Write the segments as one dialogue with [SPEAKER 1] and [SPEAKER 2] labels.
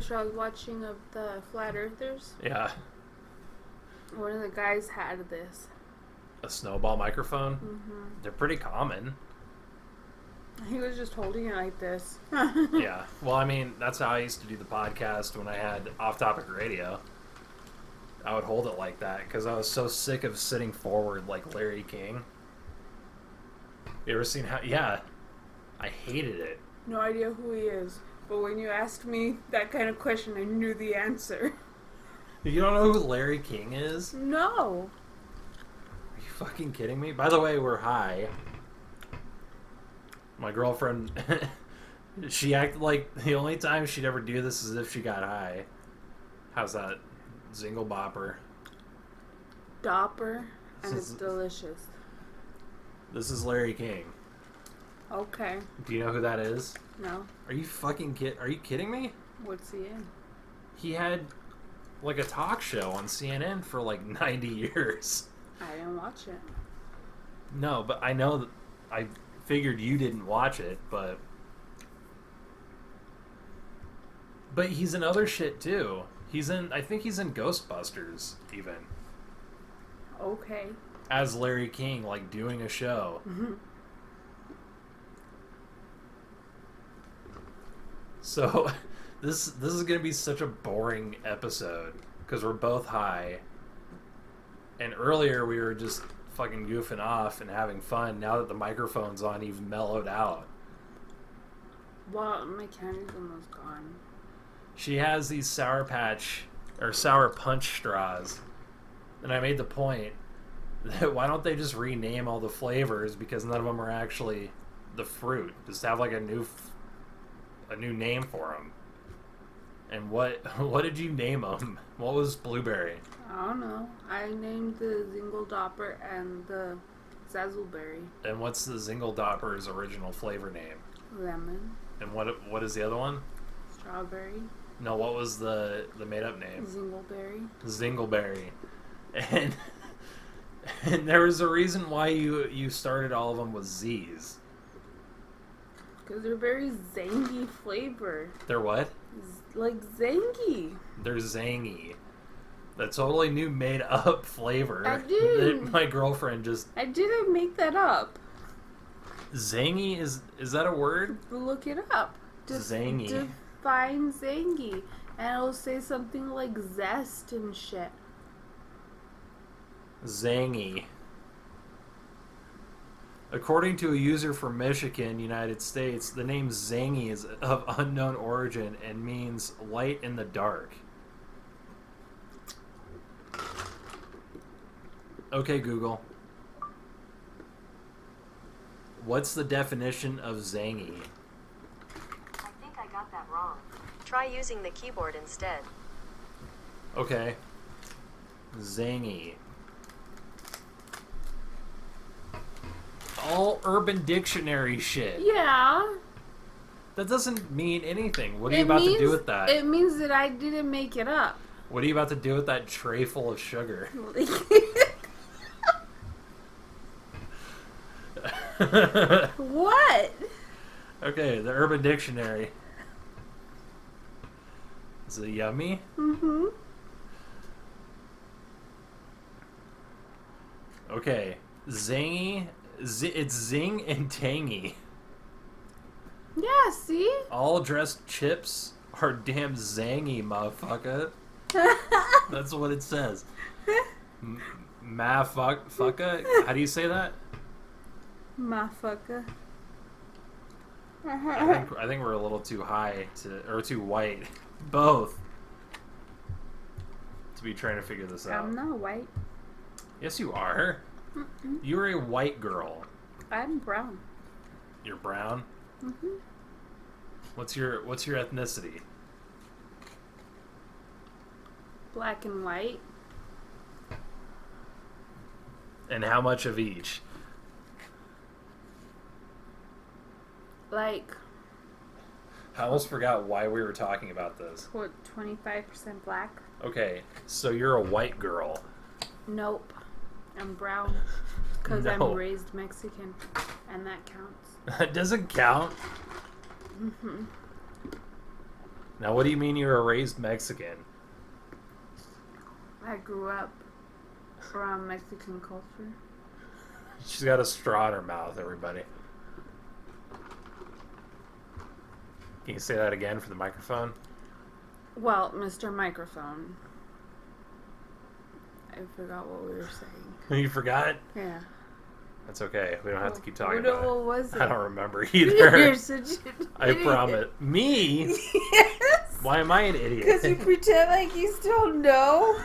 [SPEAKER 1] show I was watching of the flat earthers.
[SPEAKER 2] Yeah,
[SPEAKER 1] One of the guys had this.
[SPEAKER 2] a snowball microphone.
[SPEAKER 1] hmm
[SPEAKER 2] They're pretty common.
[SPEAKER 1] He was just holding it like this.
[SPEAKER 2] yeah. Well, I mean, that's how I used to do the podcast when I had off topic radio. I would hold it like that because I was so sick of sitting forward like Larry King. You ever seen how? Yeah. I hated it.
[SPEAKER 1] No idea who he is. But when you asked me that kind of question, I knew the answer.
[SPEAKER 2] You don't know who Larry King is? Are
[SPEAKER 1] No.
[SPEAKER 2] you fucking kidding me? By the way, we're high. My girlfriend, she acted like the only time she'd ever do this is if she got high. How's that? Zingle bopper.
[SPEAKER 1] Dopper, and it's delicious.
[SPEAKER 2] This is Larry King.
[SPEAKER 1] Okay.
[SPEAKER 2] Do you know who that is?
[SPEAKER 1] No.
[SPEAKER 2] Are you fucking kid? Are you kidding me?
[SPEAKER 1] What's he in?
[SPEAKER 2] He had like a talk show on CNN for like 90 years.
[SPEAKER 1] I didn't watch it.
[SPEAKER 2] No, but I know that I figured you didn't watch it, but but he's in other shit too. He's in I think he's in Ghostbusters even
[SPEAKER 1] Okay.
[SPEAKER 2] as Larry King like doing a show. So this this is gonna be such a boring episode because we're both high. And earlier we were just fucking goofing off and having fun. Now that the microphone's on, you've mellowed out.
[SPEAKER 1] Well, my candy's almost gone.
[SPEAKER 2] She has these sour patch or sour punch straws, and I made the point that why don't they just rename all the flavors because none of them are actually the fruit. Just have like a new f- a new name for them. And what what did you name them? What was blueberry?
[SPEAKER 1] I don't know. I named the Zingle Dopper and the Zazzleberry
[SPEAKER 2] And what's the Zingle Dopper's original flavor name?
[SPEAKER 1] Lemon,
[SPEAKER 2] And what what is the other one?
[SPEAKER 1] Strawberry,
[SPEAKER 2] No, what was the the made up name?
[SPEAKER 1] Zingleberry.
[SPEAKER 2] Zingleberry, and and there was a reason why you you started all of them with Z's.
[SPEAKER 1] Because they're very zangy flavor.
[SPEAKER 2] They're what?
[SPEAKER 1] Z- like zangy.
[SPEAKER 2] They're zangy. That totally new made up flavor.
[SPEAKER 1] I didn't.
[SPEAKER 2] that my girlfriend just
[SPEAKER 1] I didn't make that up.
[SPEAKER 2] zangy is is that a word?
[SPEAKER 1] Look it up.
[SPEAKER 2] Zangy.
[SPEAKER 1] Define zangy. And it'll say something like zest and shit.
[SPEAKER 2] Zangy. According to a user from Michigan, United States, the name Zangy is of unknown origin and means light in the dark. Okay, Google. What's the definition of Zangy?
[SPEAKER 3] I think I got that wrong. Try using the keyboard instead.
[SPEAKER 2] Okay. Zangy. All urban dictionary shit.
[SPEAKER 1] Yeah.
[SPEAKER 2] That doesn't mean anything. What are you
[SPEAKER 1] It
[SPEAKER 2] about
[SPEAKER 1] means-
[SPEAKER 2] to do with that?
[SPEAKER 1] It means that I didn't make it up.
[SPEAKER 2] What are you about to do with that tray full of sugar? okay,
[SPEAKER 1] what?
[SPEAKER 2] the Urban Dictionary. Is it yummy?
[SPEAKER 1] hmm
[SPEAKER 2] Okay, zangy. Z- it's zing and tangy.
[SPEAKER 1] Yeah, see?
[SPEAKER 2] All dressed chips are damn zangy, motherfucker. That's what it says. M- ma fuck fucka. How do you say that?
[SPEAKER 1] Motherfucker.
[SPEAKER 2] I think, I think we're a little too high to or too white, both, to be trying to figure this out.
[SPEAKER 1] I'm not white.
[SPEAKER 2] Yes, you are. You're a white girl.
[SPEAKER 1] I'm brown.
[SPEAKER 2] You're brown.
[SPEAKER 1] Mhm.
[SPEAKER 2] What's your What's your ethnicity?
[SPEAKER 1] Black and white.
[SPEAKER 2] And how much of each?
[SPEAKER 1] Like,
[SPEAKER 2] I almost forgot why we were talking about this.
[SPEAKER 1] what, 25% black?
[SPEAKER 2] Okay, so you're a white girl.
[SPEAKER 1] Nope. I'm brown. Because
[SPEAKER 2] No.
[SPEAKER 1] I'm raised Mexican. And that counts.
[SPEAKER 2] That doesn't count. Now, what do you mean you were raised Mexican?
[SPEAKER 1] I grew up around Mexican culture.
[SPEAKER 2] She's got a straw in her mouth, everybody. Can you say that again for the microphone?
[SPEAKER 1] Well, Mr. Microphone. I forgot what we were saying.
[SPEAKER 2] You forgot?
[SPEAKER 1] Yeah.
[SPEAKER 2] That's okay. We don't have to keep talking
[SPEAKER 1] what,
[SPEAKER 2] about
[SPEAKER 1] what
[SPEAKER 2] it.
[SPEAKER 1] was it?
[SPEAKER 2] I don't remember
[SPEAKER 1] You're
[SPEAKER 2] either.
[SPEAKER 1] such an
[SPEAKER 2] I
[SPEAKER 1] idiot.
[SPEAKER 2] promise. Me?
[SPEAKER 1] Yes.
[SPEAKER 2] Why am I an idiot?
[SPEAKER 1] Because you pretend like you still know,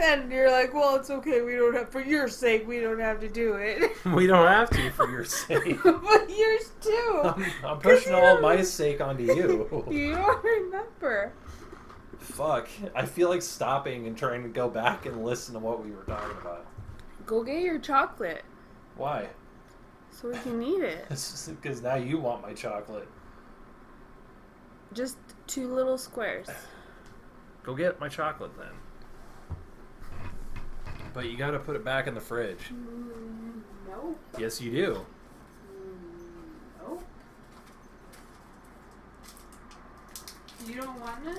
[SPEAKER 1] and you're like, "Well, it's okay. We don't have for your sake. We don't have to do it."
[SPEAKER 2] we don't have to for your sake.
[SPEAKER 1] but yours too.
[SPEAKER 2] I'm, I'm
[SPEAKER 1] 'Cause
[SPEAKER 2] pushing
[SPEAKER 1] you
[SPEAKER 2] all
[SPEAKER 1] don't-
[SPEAKER 2] my sake onto you.
[SPEAKER 1] you don't remember.
[SPEAKER 2] Fuck. I feel like stopping and trying to go back and listen to what we were talking about.
[SPEAKER 1] Go get your chocolate
[SPEAKER 2] Why?
[SPEAKER 1] so we can eat it.
[SPEAKER 2] Because now you want my chocolate.
[SPEAKER 1] Just two little squares.
[SPEAKER 2] Go get my chocolate then. But you gotta put it back in the fridge.
[SPEAKER 1] No.
[SPEAKER 2] Yes, you do.
[SPEAKER 1] No. You don't want them?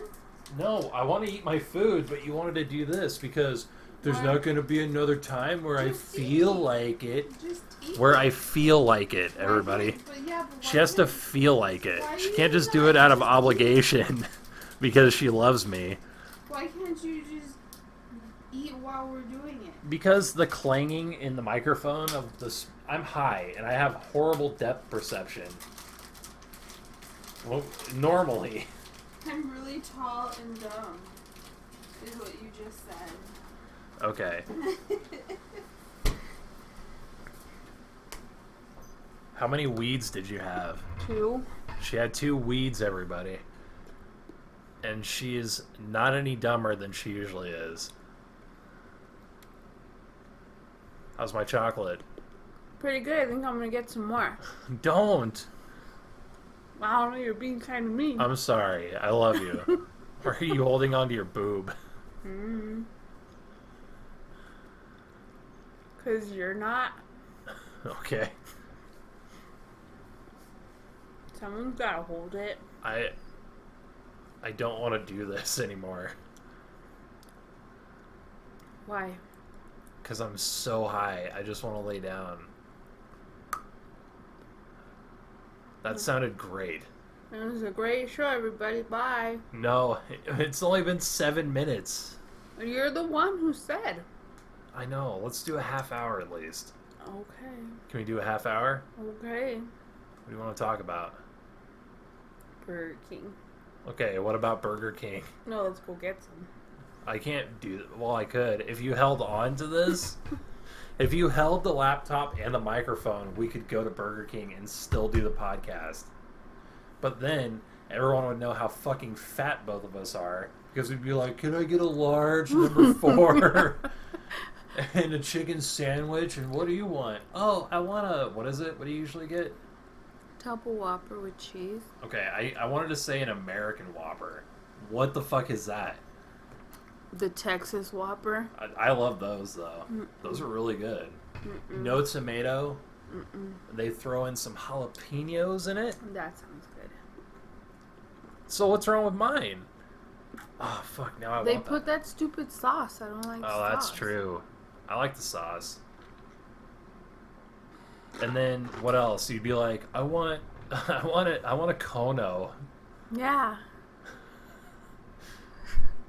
[SPEAKER 2] No, I want to eat my food, but you wanted to do this because there's
[SPEAKER 1] Why?
[SPEAKER 2] not gonna be another time where I
[SPEAKER 1] Just
[SPEAKER 2] feel
[SPEAKER 1] eat.
[SPEAKER 2] like it.
[SPEAKER 1] Just eat.
[SPEAKER 2] Where I feel like it,
[SPEAKER 1] Why
[SPEAKER 2] everybody.
[SPEAKER 1] not? But yeah, but
[SPEAKER 2] She
[SPEAKER 1] why
[SPEAKER 2] has to
[SPEAKER 1] not?
[SPEAKER 2] feel like it.
[SPEAKER 1] Why
[SPEAKER 2] She
[SPEAKER 1] do
[SPEAKER 2] can't
[SPEAKER 1] you
[SPEAKER 2] just do
[SPEAKER 1] not
[SPEAKER 2] it out of
[SPEAKER 1] just eat?
[SPEAKER 2] obligation because she loves me.
[SPEAKER 1] Why can't you just eat while we're doing it?
[SPEAKER 2] Because the clanging in the microphone of this, I'm high and I have horrible depth perception. Well, normally.
[SPEAKER 1] I'm really tall and dumb, is what you just said.
[SPEAKER 2] Okay. How many weeds did you have?
[SPEAKER 1] Two.
[SPEAKER 2] She had two weeds, everybody. And she is not any dumber than she usually is. How's my chocolate?
[SPEAKER 1] Pretty good. I think I'm gonna get some more.
[SPEAKER 2] Don't!
[SPEAKER 1] I don't know. You're being kind of mean.
[SPEAKER 2] I'm sorry. I love you. Why are you holding on to your boob?
[SPEAKER 1] Mm. Cause you're not.
[SPEAKER 2] Okay.
[SPEAKER 1] Someone's gotta hold it.
[SPEAKER 2] I I don't want to do this anymore
[SPEAKER 1] Why?
[SPEAKER 2] cuz I'm so high. I just want to lay down. That sounded great.
[SPEAKER 1] It was a great show, everybody. Bye.
[SPEAKER 2] No, it's only been 7 minutes.
[SPEAKER 1] You're the one who said.
[SPEAKER 2] I know. Let's do a half hour at least.
[SPEAKER 1] Okay.
[SPEAKER 2] Can we do a half hour?
[SPEAKER 1] Okay.
[SPEAKER 2] What do you want to talk about?
[SPEAKER 1] Burger King.
[SPEAKER 2] Okay, what about Burger King?
[SPEAKER 1] No, let's go get some.
[SPEAKER 2] I can't do well. I could if you held on to this. if you held the laptop and the microphone, we could go to Burger King and still do the podcast. But then everyone would know how fucking fat both of us are because we'd be like, "Can I get a large number four and a chicken sandwich? And what do you want? Oh, I want a what is it? What do you usually get?
[SPEAKER 1] Double Whopper with cheese.
[SPEAKER 2] Okay, I, I wanted to say an American Whopper. What the fuck is that?
[SPEAKER 1] The Texas Whopper.
[SPEAKER 2] I, I love those though. Those are really good. No tomato. They throw in some jalapenos in it.
[SPEAKER 1] That sounds good.
[SPEAKER 2] So what's wrong with mine? Oh fuck! Now I
[SPEAKER 1] they
[SPEAKER 2] want
[SPEAKER 1] put that. stupid sauce. I don't like
[SPEAKER 2] Oh, that's
[SPEAKER 1] sauce.
[SPEAKER 2] true. I like the sauce. And then what else? You'd be like, I want, I want it, I want a Kono,
[SPEAKER 1] Yeah.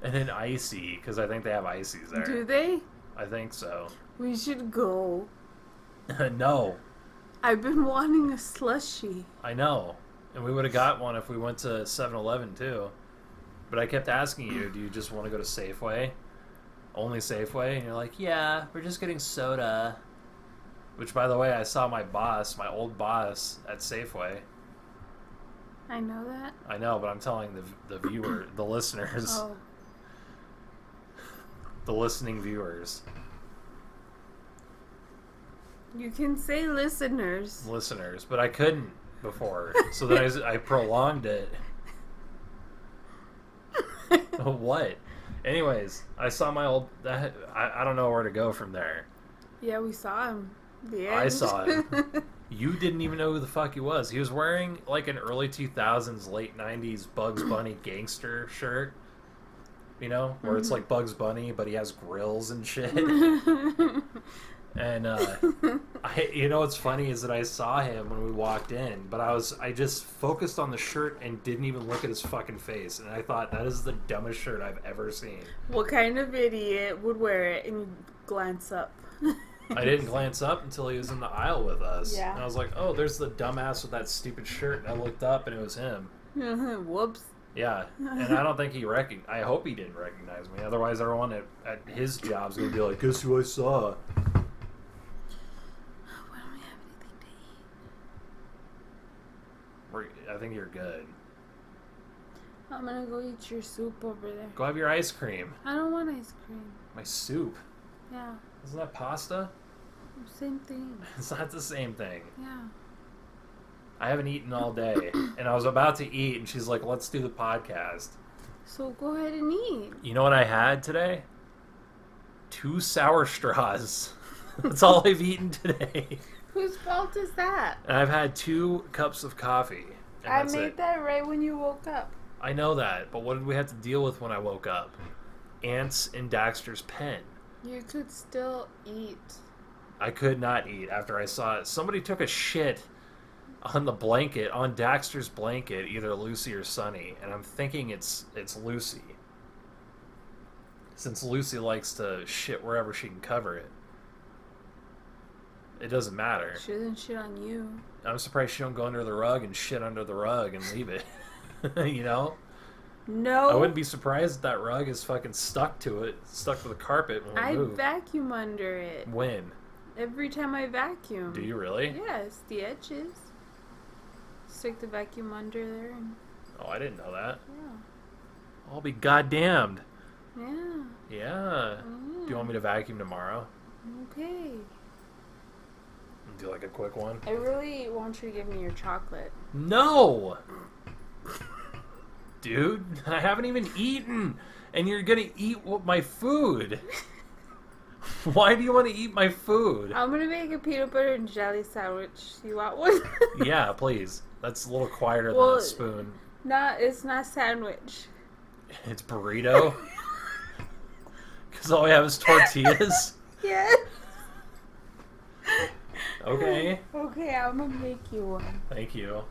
[SPEAKER 2] and an icy because I think they have ices there.
[SPEAKER 1] Do they?
[SPEAKER 2] I think so.
[SPEAKER 1] We should go.
[SPEAKER 2] no,
[SPEAKER 1] I've been wanting a slushy.
[SPEAKER 2] I know. And we would have got one if we went to 7 Eleven too. But I kept asking you, do you just want to go to Safeway? Only Safeway? And you're like, yeah, we're just getting soda. Which, by the way, I saw my boss, my old boss, at Safeway.
[SPEAKER 1] I know that.
[SPEAKER 2] I know, but I'm telling the, the viewer, the listeners,
[SPEAKER 1] Oh.
[SPEAKER 2] the listening viewers,
[SPEAKER 1] You can say listeners.
[SPEAKER 2] listeners. But I couldn't before. So then I, s- I prolonged it. what? Anyways, I saw my old. I, I don't know where to go from there.
[SPEAKER 1] yeah, we saw him. The end.
[SPEAKER 2] I saw him. You didn't even know who the fuck he was. He was wearing like an early 2000s, late 90s Bugs Bunny gangster shirt. You know, where it's like Bugs Bunny, but he has grills and shit. and uh, I, you know what's funny is that I saw him when we walked in, but I was I just focused on the shirt and didn't even look at his fucking face, and I thought that is the dumbest shirt I've ever seen.
[SPEAKER 1] what kind of idiot would wear it and glance up?
[SPEAKER 2] I didn't glance up until he was in the aisle with us.
[SPEAKER 1] Yeah.
[SPEAKER 2] And I was like, oh, there's the dumbass with that stupid shirt. And I looked up and it was him.
[SPEAKER 1] Whoops.
[SPEAKER 2] Yeah. And I don't think he recog I hope he didn't recognize me. Otherwise, everyone at, at his job's going to be like, guess who I saw?
[SPEAKER 1] Why don't we have anything to eat?
[SPEAKER 2] We're, I think you're good.
[SPEAKER 1] I'm gonna go eat your soup over there.
[SPEAKER 2] Go have your ice cream.
[SPEAKER 1] I don't want ice cream.
[SPEAKER 2] My soup.
[SPEAKER 1] Yeah,
[SPEAKER 2] Isn't that pasta?
[SPEAKER 1] same thing.
[SPEAKER 2] It's not the same thing.
[SPEAKER 1] Yeah.
[SPEAKER 2] I haven't eaten all day. And I was about to eat, and she's like, let's do the podcast.
[SPEAKER 1] So go ahead and eat.
[SPEAKER 2] You know what I had today? Two sour straws. That's all I've eaten today.
[SPEAKER 1] Whose fault is that?
[SPEAKER 2] And I've had two cups of coffee. And
[SPEAKER 1] I
[SPEAKER 2] that's
[SPEAKER 1] made
[SPEAKER 2] it.
[SPEAKER 1] that right when you woke up.
[SPEAKER 2] I know that, but what did we have to deal with when I woke up? Ants in Daxter's pen.
[SPEAKER 1] You could still eat.
[SPEAKER 2] I could not eat after I saw it. Somebody took a shit on the blanket, on Daxter's blanket, either Lucy or Sunny, and I'm thinking it's it's Lucy. Since Lucy likes to shit wherever she can cover it. It doesn't matter.
[SPEAKER 1] She doesn't shit on you.
[SPEAKER 2] I'm surprised she don't go under the rug and shit under the rug and leave it. you know?
[SPEAKER 1] No.
[SPEAKER 2] I wouldn't be surprised if that rug is fucking stuck to it, stuck to the carpet when we
[SPEAKER 1] I
[SPEAKER 2] move.
[SPEAKER 1] vacuum under it
[SPEAKER 2] when?
[SPEAKER 1] every time I vacuum.
[SPEAKER 2] Do you really?
[SPEAKER 1] Yes, the edges. Stick the vacuum under there. And,
[SPEAKER 2] Oh, I didn't know that.
[SPEAKER 1] yeah.
[SPEAKER 2] I'll be goddamned.
[SPEAKER 1] Yeah.
[SPEAKER 2] Yeah. Do you want me to vacuum tomorrow?
[SPEAKER 1] Mm-hmm. Okay.
[SPEAKER 2] And Do like a quick one?
[SPEAKER 1] I really want you to give me your chocolate.
[SPEAKER 2] No! Dude, I haven't even eaten, and you're gonna eat wh- my food. Why do you want to eat my food?
[SPEAKER 1] I'm gonna make a peanut butter and jelly sandwich. You want one?
[SPEAKER 2] Yeah, please. That's a little quieter than
[SPEAKER 1] Well-
[SPEAKER 2] a spoon.
[SPEAKER 1] Nah, it's not sandwich.
[SPEAKER 2] It's burrito. Because all we have is tortillas.
[SPEAKER 1] Yes.
[SPEAKER 2] Okay.
[SPEAKER 1] Okay, I'm gonna make you one.
[SPEAKER 2] Thank you.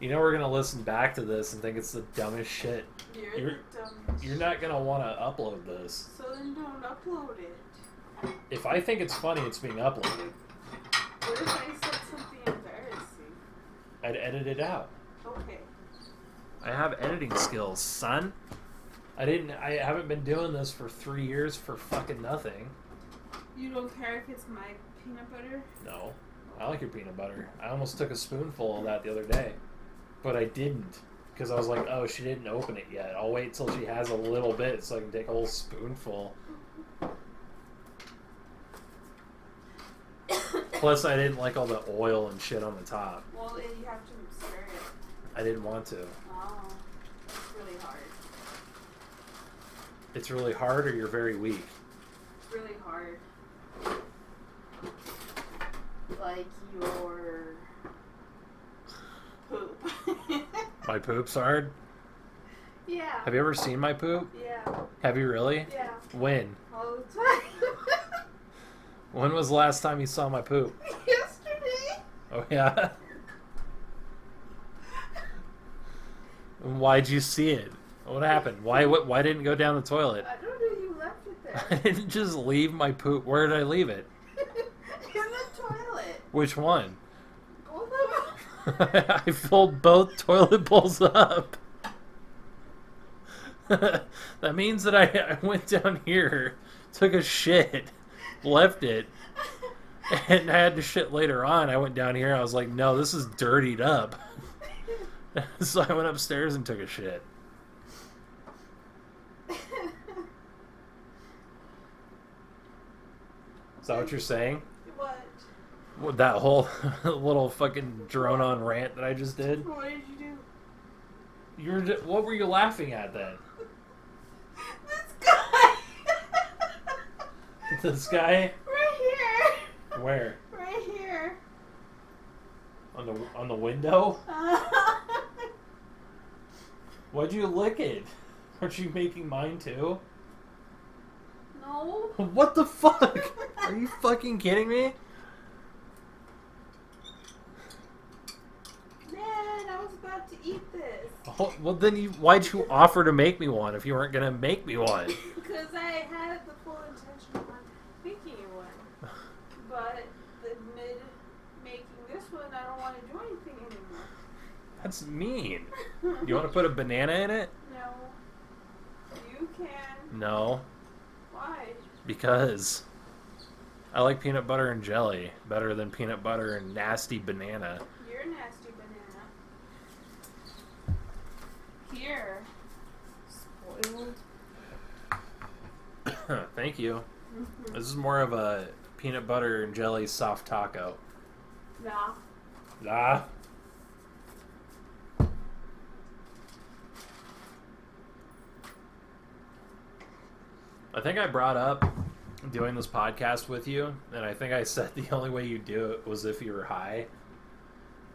[SPEAKER 2] You know we're gonna listen back to this and think it's the dumbest shit.
[SPEAKER 1] You're,
[SPEAKER 2] You're-
[SPEAKER 1] dumb.
[SPEAKER 2] You're not gonna want to upload this.
[SPEAKER 1] So then don't upload it.
[SPEAKER 2] If I think it's funny, it's being uploaded.
[SPEAKER 1] What if I said something embarrassing?
[SPEAKER 2] I'd edit it out.
[SPEAKER 1] Okay.
[SPEAKER 2] I have editing skills, son. I didn't. I haven't been doing this for three years for fucking nothing.
[SPEAKER 1] You don't care if it's my peanut butter?
[SPEAKER 2] No, I like your peanut butter. I almost took a spoonful of that the other day, but I didn't because I was like, oh, she didn't open it yet. I'll wait till she has a little bit so I can take a whole spoonful. Plus, I didn't like all the oil and shit on the top.
[SPEAKER 1] Well, then you have to stir it.
[SPEAKER 2] I didn't want to.
[SPEAKER 1] Wow. It's really hard.
[SPEAKER 2] It's really hard, or you're very weak.
[SPEAKER 1] It's really hard. Like your poop.
[SPEAKER 2] My poop's hard.
[SPEAKER 1] yeah.
[SPEAKER 2] Have you ever seen my poop?
[SPEAKER 1] Yeah.
[SPEAKER 2] Have you really?
[SPEAKER 1] Yeah.
[SPEAKER 2] When?
[SPEAKER 1] All the time.
[SPEAKER 2] When was the last time you saw my poop?
[SPEAKER 1] Yesterday.
[SPEAKER 2] Oh yeah. Why'd you see it? What happened? Why what, why didn't it go down the toilet?
[SPEAKER 1] I don't know. You left it
[SPEAKER 2] I
[SPEAKER 1] there.
[SPEAKER 2] didn't just leave my poop. Where did I leave it?
[SPEAKER 1] In the toilet.
[SPEAKER 2] Which one?
[SPEAKER 1] Both of them.
[SPEAKER 2] I filled both toilet bowls up. that means that I, I went down here, took a shit, left it, and I had to shit later on. I went down here. I was like, no, this is dirtied up. so I went upstairs and took a shit. Is that what you're saying?
[SPEAKER 1] what?
[SPEAKER 2] With That whole little fucking drone on rant that I just did.
[SPEAKER 1] What did you do?
[SPEAKER 2] You're ju- what were you laughing at then?
[SPEAKER 1] This guy.
[SPEAKER 2] This guy
[SPEAKER 1] right here.
[SPEAKER 2] where?
[SPEAKER 1] Right
[SPEAKER 2] on the on the window. Why'd you lick it? Aren't you making mine too?
[SPEAKER 1] no.
[SPEAKER 2] What the fuck? Are you fucking kidding me?
[SPEAKER 1] Man, I was about to eat this.
[SPEAKER 2] Oh, Well, then you, why'd you offer to make me one if you weren't gonna make me one?
[SPEAKER 1] Because I had the full intention of making you one. But the mid making this one, I don't want to do anything anymore.
[SPEAKER 2] That's mean. You want to put a banana in it?
[SPEAKER 1] No. You can.
[SPEAKER 2] No,
[SPEAKER 1] Why?
[SPEAKER 2] because I like peanut butter and jelly better than peanut butter and nasty banana.
[SPEAKER 1] You're a nasty banana. Here. Spoiled.
[SPEAKER 2] Thank you. This is more of a peanut butter and jelly soft taco.
[SPEAKER 1] Nah.
[SPEAKER 2] Ah. I think I brought up doing this podcast with you, and I think I said the only way you do it was if you were high.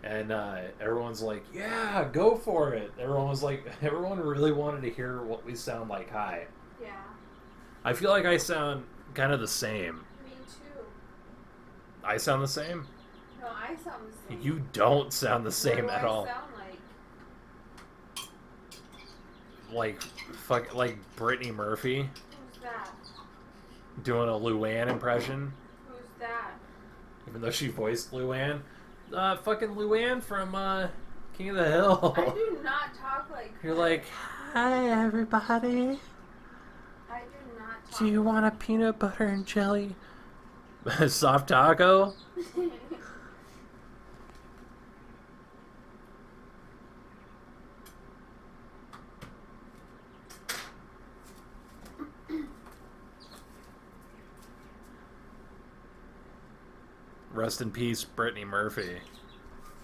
[SPEAKER 2] And uh, everyone's like, "Yeah, go for it." Everyone was like, everyone really wanted to hear what we sound like high.
[SPEAKER 1] Yeah.
[SPEAKER 2] I feel like I sound kind of the same.
[SPEAKER 1] Me too.
[SPEAKER 2] I sound the same.
[SPEAKER 1] No, I sound the same.
[SPEAKER 2] You don't sound the
[SPEAKER 1] what
[SPEAKER 2] same
[SPEAKER 1] do
[SPEAKER 2] at
[SPEAKER 1] I
[SPEAKER 2] all.
[SPEAKER 1] Sound like?
[SPEAKER 2] like fuck like Brittany Murphy
[SPEAKER 1] Who's that?
[SPEAKER 2] doing a Luann impression,
[SPEAKER 1] Who's that?
[SPEAKER 2] even though she voiced Luann. Uh, fucking Luann from uh, King of the
[SPEAKER 1] I
[SPEAKER 2] Hill.
[SPEAKER 1] do not talk like.
[SPEAKER 2] You're like, hi everybody.
[SPEAKER 1] I do not talk.
[SPEAKER 2] Do you want a peanut butter and jelly soft taco? Rest in peace, Brittany Murphy,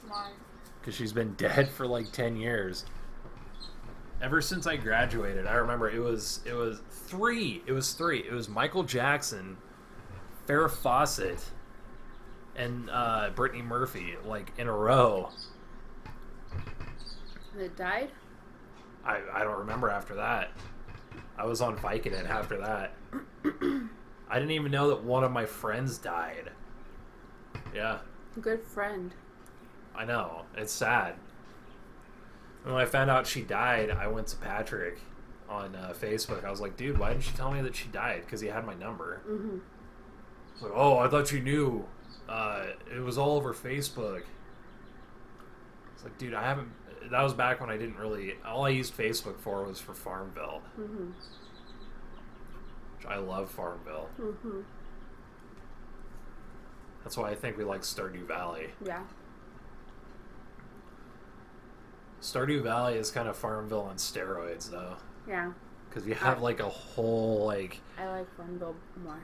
[SPEAKER 1] Why?
[SPEAKER 2] because she's been dead for like ten years. Ever since I graduated, I remember it was it was three. It was three. It was Michael Jackson, Farrah Fawcett, and uh, Brittany Murphy, like in a row.
[SPEAKER 1] They died?
[SPEAKER 2] I, I don't remember after that. I was on Vicodin after that. I didn't even know that one of my friends died. Yeah,
[SPEAKER 1] Good friend.
[SPEAKER 2] I know. It's sad. And when I found out she died, I went to Patrick on uh, Facebook. I was like, dude, why didn't you tell me that she died? Because he had my number.
[SPEAKER 1] Mm-hmm.
[SPEAKER 2] He's like, oh, I thought you knew. Uh, it was all over Facebook. It's like, dude, I haven't. That was back when I didn't really. All I used Facebook for was for Farmville.
[SPEAKER 1] Mm-hmm.
[SPEAKER 2] which I love Farmville.
[SPEAKER 1] Mm-hmm.
[SPEAKER 2] That's why I think we like Stardew Valley.
[SPEAKER 1] Yeah.
[SPEAKER 2] Stardew Valley is kind of Farmville on steroids, though,
[SPEAKER 1] Yeah.
[SPEAKER 2] because you have like a whole like
[SPEAKER 1] I like Farmville more.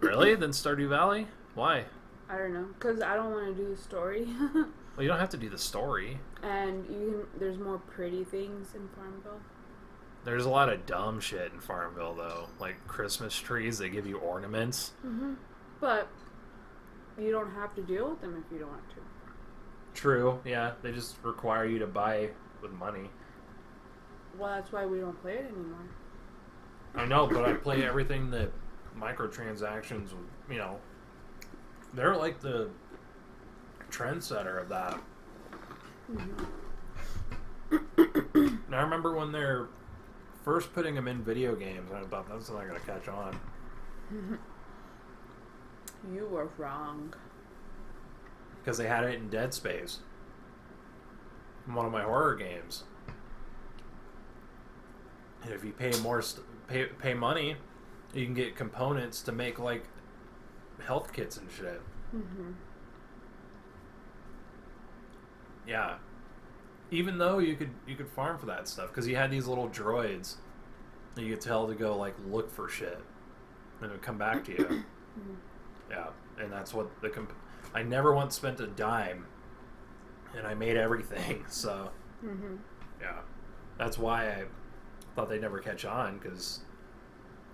[SPEAKER 2] really than Stardew Valley. Why?
[SPEAKER 1] I don't know. Because I don't want to do the story.
[SPEAKER 2] Well, you don't have to do the story.
[SPEAKER 1] and you can, there's more pretty things in Farmville.
[SPEAKER 2] There's a lot of dumb shit in Farmville, though, like Christmas trees that give you ornaments.
[SPEAKER 1] Mm-hmm. But you don't have to deal with them if you don't want to.
[SPEAKER 2] True, yeah, they just require you to buy with money.
[SPEAKER 1] Well, that's why we don't play it anymore.
[SPEAKER 2] I know, but I play everything that microtransactions, you know, they're like the trendsetter of that. And I remember when they're first putting them in video games, I thought that's not going to catch on.
[SPEAKER 1] You were wrong.
[SPEAKER 2] Because they had it in Dead Space, in one of my horror games. And if you pay more, st- pay, pay money, you can get components to make like health kits and shit.
[SPEAKER 1] Mm-hmm.
[SPEAKER 2] Yeah. Even though you could you could farm for that stuff because you had these little droids that you could tell to go like look for shit and it would come back to you. yeah, and that's what the comp- I never once spent a dime, and I made everything. So
[SPEAKER 1] Mm-hmm.
[SPEAKER 2] yeah, that's why I thought they'd never catch on because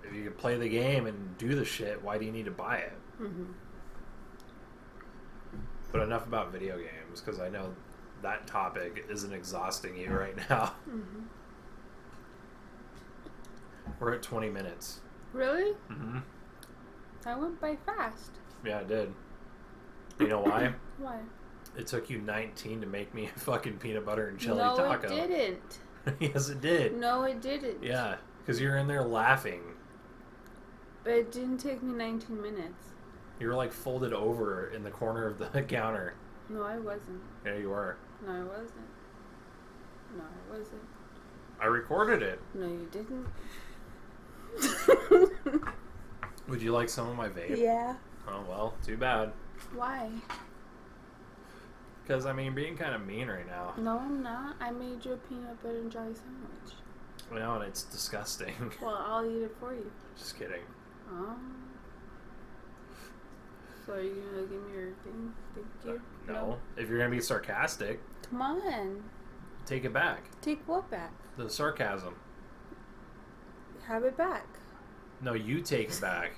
[SPEAKER 2] if you could play the game and do the shit, why do you need to buy it?
[SPEAKER 1] Mm-hmm.
[SPEAKER 2] But enough about video games because I know that topic isn't exhausting you right now.
[SPEAKER 1] Mm-hmm.
[SPEAKER 2] We're at 20 minutes.
[SPEAKER 4] Really?
[SPEAKER 2] Mm-hmm.
[SPEAKER 4] That went by fast.
[SPEAKER 2] Yeah, I did. You know why?
[SPEAKER 4] Why?
[SPEAKER 2] It took you 19 to make me a fucking peanut butter and jelly
[SPEAKER 4] no,
[SPEAKER 2] taco.
[SPEAKER 4] it didn't.
[SPEAKER 2] yes, it did.
[SPEAKER 4] No, it didn't.
[SPEAKER 2] Yeah, because you're in there laughing.
[SPEAKER 4] But it didn't take me 19 minutes.
[SPEAKER 2] You were like folded over in the corner of the counter.
[SPEAKER 4] No, I wasn't.
[SPEAKER 2] There you were.
[SPEAKER 4] No, I wasn't. No, I wasn't.
[SPEAKER 2] I recorded it.
[SPEAKER 4] No, you didn't.
[SPEAKER 2] Would you like some of my vape?
[SPEAKER 4] yeah.
[SPEAKER 2] Oh, well, too bad.
[SPEAKER 4] Why?
[SPEAKER 2] Because, I mean, being kind of mean right now.
[SPEAKER 4] No, I'm not. I made you a peanut butter and jelly sandwich.
[SPEAKER 2] You know, and it's disgusting.
[SPEAKER 4] Well, I'll eat it for you.
[SPEAKER 2] Just kidding.
[SPEAKER 4] Oh. So are you gonna give me your thing? Thank you.
[SPEAKER 2] Uh, No. If you're going to be sarcastic,
[SPEAKER 4] Come on.
[SPEAKER 2] take it back.
[SPEAKER 4] Take what back?
[SPEAKER 2] The sarcasm.
[SPEAKER 4] Have it back.
[SPEAKER 2] No, you take it back.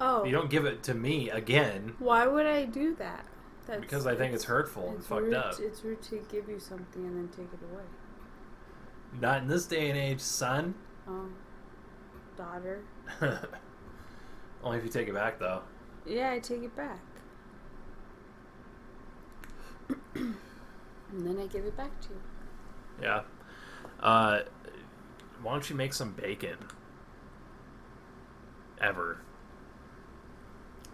[SPEAKER 4] Oh.
[SPEAKER 2] You don't give it to me again
[SPEAKER 4] Why would I do that? That's,
[SPEAKER 2] because I think it's hurtful and
[SPEAKER 4] it's
[SPEAKER 2] fucked
[SPEAKER 4] rude,
[SPEAKER 2] up.
[SPEAKER 4] It's rude to give you something and then take it away.
[SPEAKER 2] Not in this day and age, son.
[SPEAKER 4] Um, daughter.
[SPEAKER 2] Only if you take it back, though.
[SPEAKER 4] Yeah, I take it back. and then I give it back to you.
[SPEAKER 2] Yeah. Uh, why don't you make some bacon? Ever.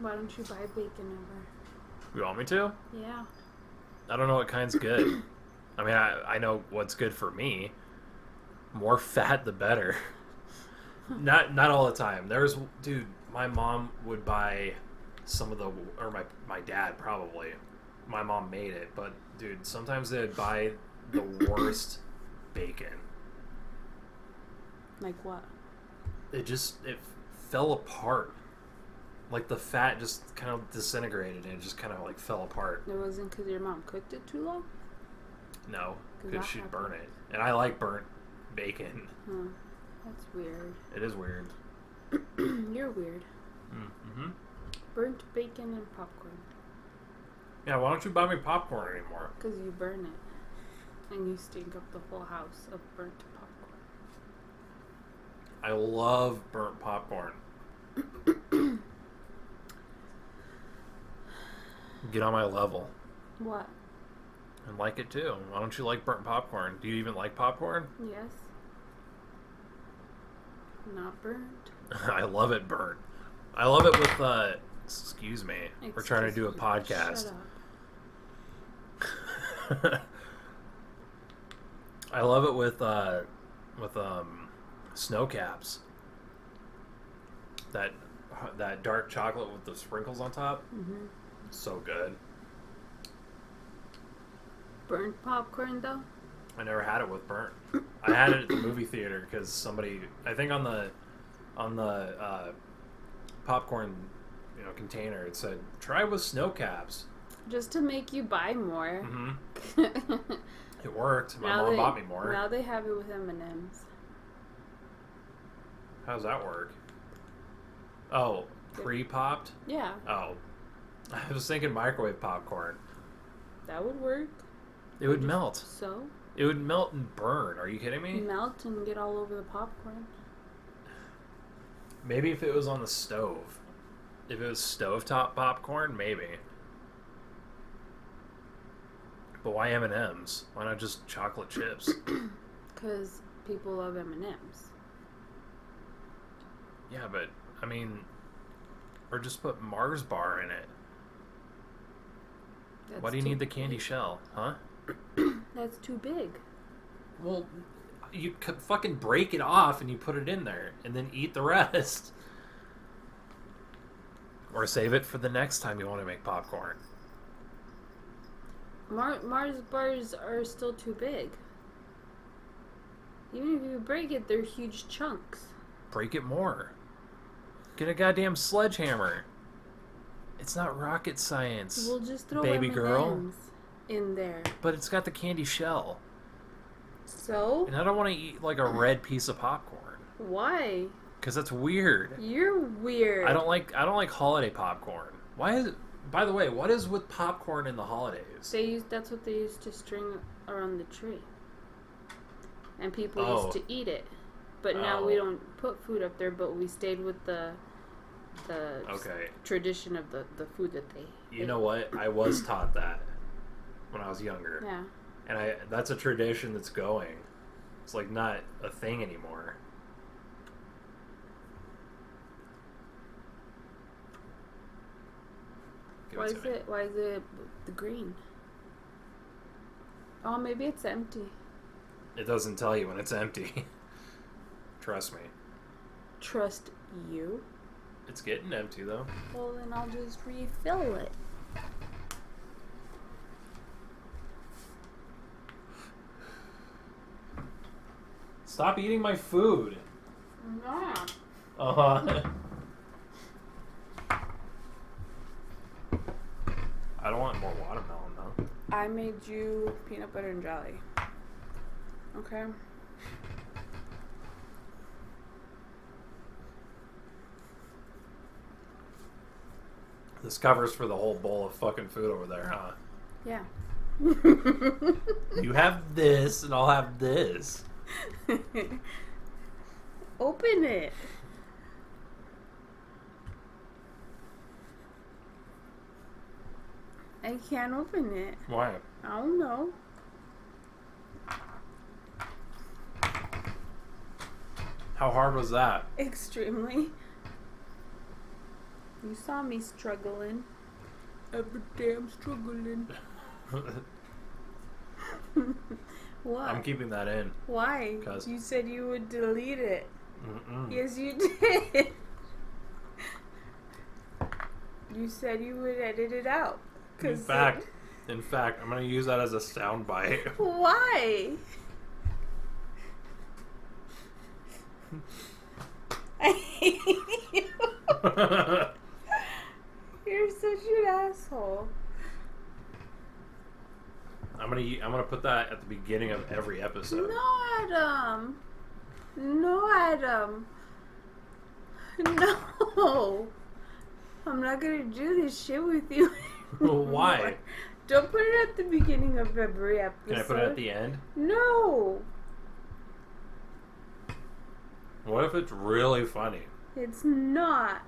[SPEAKER 4] Why don't you buy bacon over?
[SPEAKER 2] You want me to?
[SPEAKER 4] Yeah.
[SPEAKER 2] I don't know what kind's good. I mean, I, I know what's good for me. More fat, the better. not not all the time. There was, dude. My mom would buy some of the, or my my dad probably. My mom made it, but dude, sometimes they'd buy the worst bacon.
[SPEAKER 4] Like what?
[SPEAKER 2] It just it fell apart. Like the fat just kind of disintegrated and it just kind of like fell apart.
[SPEAKER 4] It wasn't because your mom cooked it too long?
[SPEAKER 2] No,
[SPEAKER 4] Does
[SPEAKER 2] because
[SPEAKER 4] that
[SPEAKER 2] she'd
[SPEAKER 4] happen?
[SPEAKER 2] burn it, and I like burnt bacon.
[SPEAKER 4] Huh. That's weird.
[SPEAKER 2] It is weird.
[SPEAKER 4] You're weird.
[SPEAKER 2] Mm-hmm.
[SPEAKER 4] Burnt bacon and popcorn.
[SPEAKER 2] Yeah, why don't you buy me popcorn anymore?
[SPEAKER 4] Because you burn it. And you stink up the whole house of burnt popcorn.
[SPEAKER 2] I love burnt popcorn. Get on my level
[SPEAKER 4] What?
[SPEAKER 2] and like it too. Why don't you like burnt popcorn? Do you even like popcorn?
[SPEAKER 4] Yes? Not burnt?
[SPEAKER 2] I love it burnt. I love it with uh excuse me. We're trying to
[SPEAKER 4] Excuse
[SPEAKER 2] do a
[SPEAKER 4] me.
[SPEAKER 2] podcast.
[SPEAKER 4] Shut up.
[SPEAKER 2] I love it with uh with um snow caps. That that dark chocolate with the sprinkles on top.
[SPEAKER 4] Mm-hmm.
[SPEAKER 2] So good.
[SPEAKER 4] Burnt popcorn, though?
[SPEAKER 2] I never had it with burnt. I had it at the movie theater because somebody, I think on the on the uh, popcorn, you know, container, it said try with snow caps.
[SPEAKER 4] Just to make you buy more.
[SPEAKER 2] hmm It worked. My
[SPEAKER 4] Now
[SPEAKER 2] mom
[SPEAKER 4] they-
[SPEAKER 2] bought me more.
[SPEAKER 4] Now they have it with M&M's.
[SPEAKER 2] How does that work? Oh, pre-popped.
[SPEAKER 4] Yeah,
[SPEAKER 2] Oh, I was thinking microwave popcorn.
[SPEAKER 4] that would work.
[SPEAKER 2] It would melt.
[SPEAKER 4] So,
[SPEAKER 2] It would melt and burn. Are you kidding me?
[SPEAKER 4] melt and get all over the popcorn.
[SPEAKER 2] Maybe if it was on the stove. If it was stovetop popcorn, maybe. But why M and M's? Why not just chocolate chips?
[SPEAKER 4] Because people love M&M's.
[SPEAKER 2] yeah, but I mean, or just put Mars bar in it.
[SPEAKER 4] That's
[SPEAKER 2] why do you
[SPEAKER 4] too-
[SPEAKER 2] need the candy shell, huh?
[SPEAKER 4] That's too big.
[SPEAKER 2] Well, you c- fucking break it off and you put it in there, and then eat the rest. Or save it for the next time you want to make popcorn.
[SPEAKER 4] Mar- Mars bars are still too big. Even if you break it, they're huge chunks.
[SPEAKER 2] break it more. Get a goddamn sledgehammer. It's not rocket science,
[SPEAKER 4] We'll just throw
[SPEAKER 2] Baby
[SPEAKER 4] M&Ms
[SPEAKER 2] girl.
[SPEAKER 4] in there.
[SPEAKER 2] but it's got the candy shell.
[SPEAKER 4] So
[SPEAKER 2] And I don't want to eat like a
[SPEAKER 4] Oh.
[SPEAKER 2] red piece of popcorn
[SPEAKER 4] why?
[SPEAKER 2] cuz that's weird.
[SPEAKER 4] You're weird.
[SPEAKER 2] I don't like I don't like holiday popcorn. Why is it By the way, what is with popcorn in the holidays?
[SPEAKER 4] They use that's what they used to string around the tree, and people
[SPEAKER 2] Oh.
[SPEAKER 4] used to eat it. But now we
[SPEAKER 2] Oh.
[SPEAKER 4] don't put food up there, but we stayed with the the s-
[SPEAKER 2] Okay,
[SPEAKER 4] tradition of the the food that they.
[SPEAKER 2] you know what? I was taught that when I was younger,
[SPEAKER 4] Yeah,
[SPEAKER 2] and I that's a tradition that's going. It's like not a thing anymore. Give
[SPEAKER 4] why
[SPEAKER 2] to
[SPEAKER 4] is
[SPEAKER 2] me.
[SPEAKER 4] it why is it b- the green? Oh, maybe it's empty.
[SPEAKER 2] It doesn't tell you when it's empty. Trust me.
[SPEAKER 4] Trust you.
[SPEAKER 2] It's getting empty though.
[SPEAKER 4] Well, then I'll just refill it.
[SPEAKER 2] Stop eating my food.
[SPEAKER 1] No.
[SPEAKER 2] Uh huh. I don't want more watermelon though.
[SPEAKER 4] I made you peanut butter and jelly. Okay.
[SPEAKER 2] This covers for the whole bowl of fucking food over there, huh?
[SPEAKER 4] Yeah.
[SPEAKER 2] You have this, and I'll have this.
[SPEAKER 4] Open it. I can't open it.
[SPEAKER 2] Why?
[SPEAKER 4] I don't know.
[SPEAKER 2] How hard was that?
[SPEAKER 4] Extremely. You saw me struggling. Every day I'm struggling. what?
[SPEAKER 2] I'm keeping that in.
[SPEAKER 4] Why?
[SPEAKER 2] 'Cause-
[SPEAKER 4] You said you would delete it.
[SPEAKER 2] Mm-mm.
[SPEAKER 4] Yes, you did. you said you would edit it out.
[SPEAKER 2] In
[SPEAKER 4] 'Cause
[SPEAKER 2] fact, in fact, I'm gonna use that as a soundbite.
[SPEAKER 4] it- why? I hate you. You're such an asshole.
[SPEAKER 2] I'm gonna I'm gonna put that at the beginning of every episode.
[SPEAKER 4] No, Adam. No, Adam. No. I'm not gonna do this shit with you.
[SPEAKER 2] Well, why?
[SPEAKER 4] Don't put it at the beginning of every episode.
[SPEAKER 2] Can I put it at the end?
[SPEAKER 4] No,
[SPEAKER 2] What if it's really funny?
[SPEAKER 4] it's not.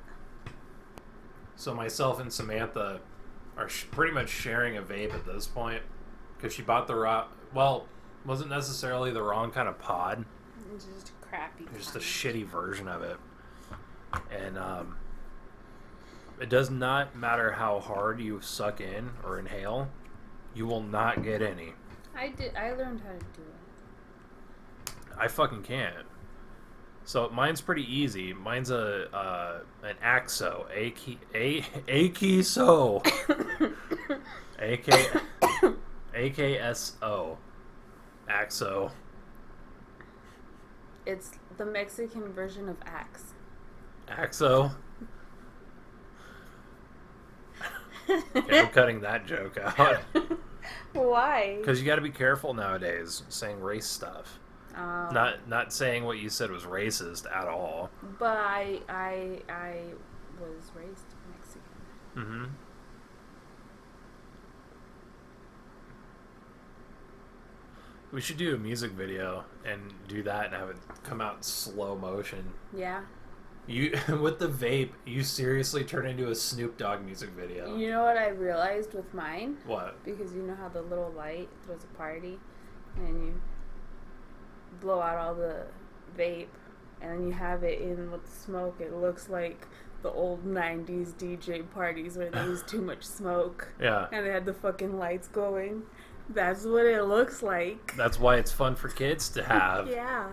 [SPEAKER 2] So myself and Samantha are sh- pretty much sharing a vape at this point because she bought the raw. Well, wasn't necessarily the wrong kind of pod.
[SPEAKER 4] It's just crappy.
[SPEAKER 2] It was just a shitty version of it, and um, it does not matter how hard you suck in or inhale, you will not get any.
[SPEAKER 4] I did. I learned how to do it.
[SPEAKER 2] I fucking can't. So mine's pretty easy. Mine's a uh, an Axo, a key, a Akiso, AK, AKSO, Axo.
[SPEAKER 4] It's the Mexican version of axe.
[SPEAKER 2] Axo. Okay, I'm cutting that joke out
[SPEAKER 4] Why?
[SPEAKER 2] because you got to be careful nowadays saying race stuff.
[SPEAKER 4] Um,
[SPEAKER 2] Not not saying what you said was racist at all.
[SPEAKER 4] But I, I, I was raised Mexican.
[SPEAKER 2] Mm-hmm. We should do a music video and do that and have it come out in slow motion.
[SPEAKER 4] Yeah.
[SPEAKER 2] You with the vape, you seriously turn into a Snoop Dogg music video.
[SPEAKER 4] You know what I realized with mine?
[SPEAKER 2] What?
[SPEAKER 4] Because you know how the little light throws a party and you blow out all the vape and then you have it in with the smoke. It looks like the old 90s DJ parties where there was too much smoke
[SPEAKER 2] Yeah.
[SPEAKER 4] and they had the fucking lights going. That's what it looks like.
[SPEAKER 2] That's why it's fun for kids to have
[SPEAKER 4] Yeah.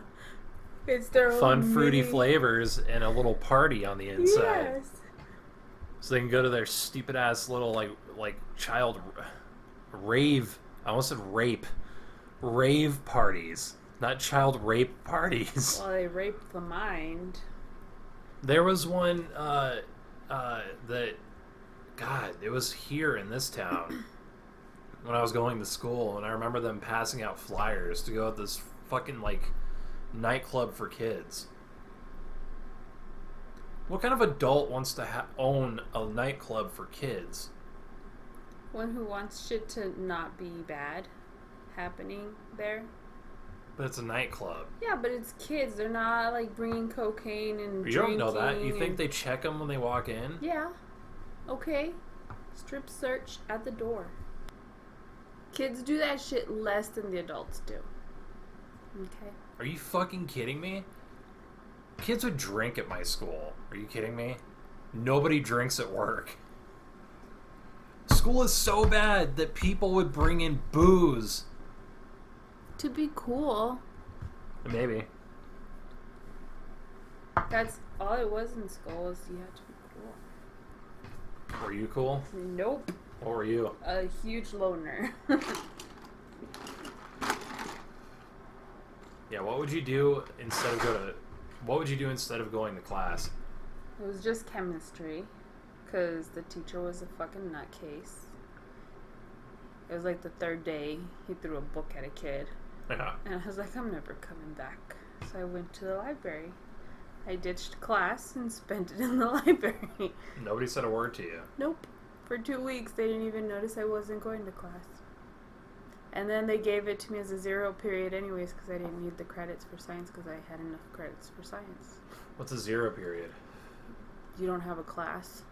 [SPEAKER 4] It's their own
[SPEAKER 2] fun fruity
[SPEAKER 4] mini-
[SPEAKER 2] flavors and a little party on the inside.
[SPEAKER 4] Yes.
[SPEAKER 2] So they can go to their stupid ass little like like child r- rave. I almost said rape, rave parties, not child rape parties.
[SPEAKER 4] Well, they raped the mind.
[SPEAKER 2] There was one uh, uh, that, God, it was here in this town when I was going to school, and I remember them passing out flyers to go at this fucking like nightclub for kids. What kind of adult wants to ha- own a nightclub for kids?
[SPEAKER 4] one who wants shit to not be bad happening there.
[SPEAKER 2] But it's a nightclub.
[SPEAKER 4] Yeah, but it's kids. They're not like bringing cocaine and
[SPEAKER 2] You don't know that.
[SPEAKER 4] drinking
[SPEAKER 2] You think
[SPEAKER 4] and-
[SPEAKER 2] they check them when they walk in?
[SPEAKER 4] Yeah. Okay. Strip search at the door. Kids do that shit less than the adults do. Okay.
[SPEAKER 2] Are you fucking kidding me? Kids would drink at my school. Are you kidding me? Nobody drinks at work. School is so bad that people would bring in booze.
[SPEAKER 4] To be cool,
[SPEAKER 2] Maybe.
[SPEAKER 4] that's all it was in school is you had to be cool.
[SPEAKER 2] Were you cool?
[SPEAKER 4] Nope.
[SPEAKER 2] What were you?
[SPEAKER 4] A huge loner.
[SPEAKER 2] Yeah, what would you do instead of go to what would you do instead of going to class?
[SPEAKER 4] It was just chemistry, because the teacher was a fucking nutcase. It was like the third day he threw a book at a kid,
[SPEAKER 2] Yeah.
[SPEAKER 4] and I was like, I'm never coming back. So I went to the library. I ditched class and spent it in the library.
[SPEAKER 2] Nobody said a word to you.
[SPEAKER 4] Nope. For two weeks, they didn't even notice I wasn't going to class. And then they gave it to me as a zero period, anyways, because I didn't need the credits for science because I had enough credits for science.
[SPEAKER 2] What's a zero period?
[SPEAKER 4] You don't have a class.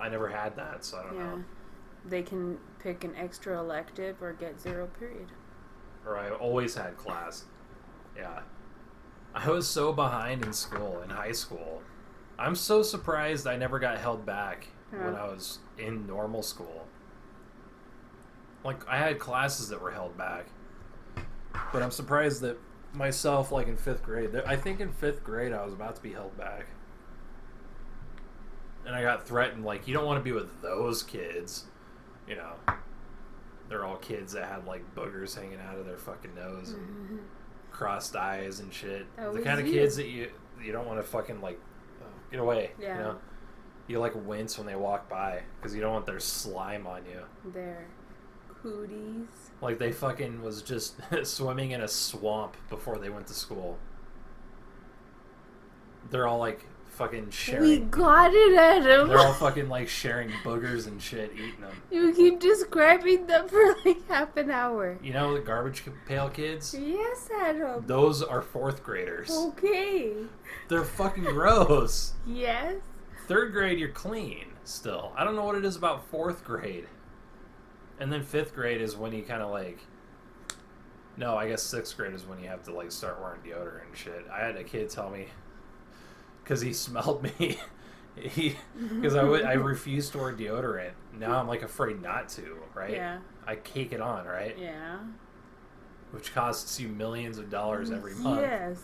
[SPEAKER 2] I never had that, so I don't
[SPEAKER 4] Yeah.
[SPEAKER 2] know.
[SPEAKER 4] They can pick an extra elective or get zero period.
[SPEAKER 2] Or I always had class. Yeah. I was so behind in school, in high school. I'm so surprised I never got held back when
[SPEAKER 4] Yeah.
[SPEAKER 2] I was in normal school. Like I had classes that were held back. But I'm surprised that myself like in 5th grade. there- I think in 5th grade I was about to be held back. And I got threatened like you don't want to be with those kids, you know. They're all kids that had like boogers hanging out of their fucking nose
[SPEAKER 4] Mm-hmm.
[SPEAKER 2] and crossed eyes and shit.
[SPEAKER 4] That
[SPEAKER 2] the
[SPEAKER 4] was
[SPEAKER 2] kind of
[SPEAKER 4] you.
[SPEAKER 2] kids that you you don't want to fucking like get away.
[SPEAKER 4] Yeah.
[SPEAKER 2] You know, you like wince when they walk by because you don't want their slime on you.
[SPEAKER 4] They're cooties.
[SPEAKER 2] Like they fucking was just swimming in a swamp before they went to school. They're all like fucking
[SPEAKER 4] We
[SPEAKER 2] sharing.
[SPEAKER 4] got it, Adam.
[SPEAKER 2] They're all fucking like sharing boogers and shit, eating them.
[SPEAKER 4] you keep describing them for like half an hour.
[SPEAKER 2] You know the garbage pail kids.
[SPEAKER 4] Yes, Adam.
[SPEAKER 2] Those are fourth graders.
[SPEAKER 4] Oh. Okay.
[SPEAKER 2] They're fucking gross.
[SPEAKER 4] Yes.
[SPEAKER 2] Third grade, you're clean still. I don't know what it is about fourth grade. And then fifth grade is when you kind of like. No, I guess sixth grade is when you have to like start wearing deodorant and shit. I had a kid tell me because he smelled me. he because I would I refused to wear deodorant. Now I'm like afraid not to. Right?
[SPEAKER 4] Yeah.
[SPEAKER 2] I cake it on, right?
[SPEAKER 4] Yeah.
[SPEAKER 2] Which costs you millions of dollars every
[SPEAKER 4] Mm,
[SPEAKER 2] month
[SPEAKER 4] Yes.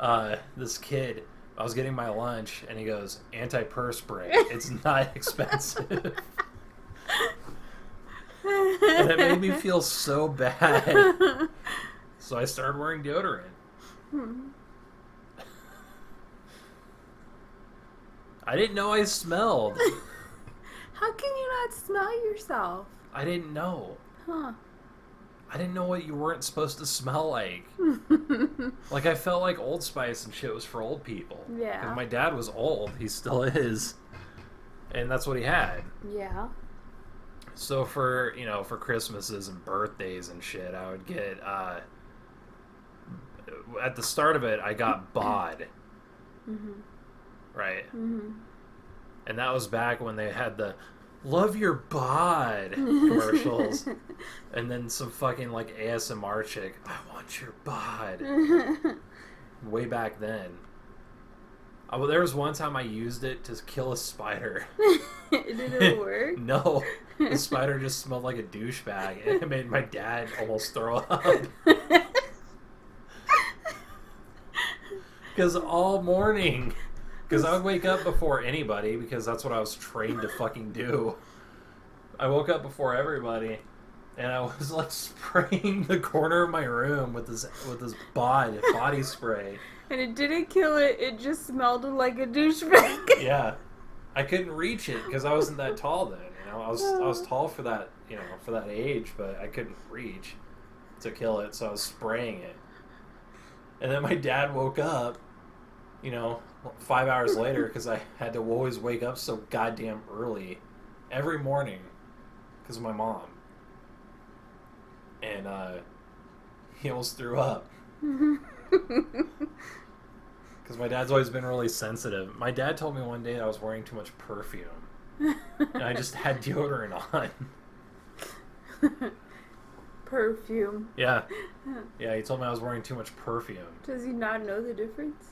[SPEAKER 2] uh, this kid. I was getting my lunch, and he goes, "Antiperspirant. It's not expensive." and it made me feel so bad. So I started wearing deodorant. I didn't know I smelled.
[SPEAKER 4] How can you not smell yourself?
[SPEAKER 2] I didn't know.
[SPEAKER 4] Huh.
[SPEAKER 2] I didn't know what you weren't supposed to smell like. Like I felt like Old Spice and shit was for old people.
[SPEAKER 4] Yeah.
[SPEAKER 2] 'Cause my dad was old. He still is. And that's what he had.
[SPEAKER 4] yeah.
[SPEAKER 2] So for you know for Christmases and birthdays and shit, I would get uh, at the start of it I got bod,
[SPEAKER 4] Mhm.
[SPEAKER 2] right?
[SPEAKER 4] Mhm.
[SPEAKER 2] And that was back when they had the "Love Your Bod"
[SPEAKER 4] Mm-hmm.
[SPEAKER 2] commercials, and then some fucking like ASMR chick, "I want your bod." Way back then, I, well, there was one time I used it to kill a spider.
[SPEAKER 4] Did it work?
[SPEAKER 2] no, the spider just smelled like a douchebag, and it made my dad almost throw up. Because all morning, because I would wake up before anybody, because that's what I was trained to fucking do. I woke up before everybody, and I was like spraying the corner of my room with this with this bod body spray.
[SPEAKER 4] and it didn't kill it, it just smelled like a douchebag.
[SPEAKER 2] Yeah, I couldn't reach it because I wasn't that tall then. You know, I was I was tall for that you know for that age, but I couldn't reach to kill it, so I was spraying it. And then my dad woke up, you know, five hours later because I had to always wake up so goddamn early every morning because of my mom. And uh, he almost threw up because my dad's always been really sensitive. My dad told me one day that I was wearing too much perfume, and I just had deodorant on.
[SPEAKER 4] perfume.
[SPEAKER 2] yeah, yeah. He told me I was wearing too much perfume.
[SPEAKER 4] Does he not know the difference?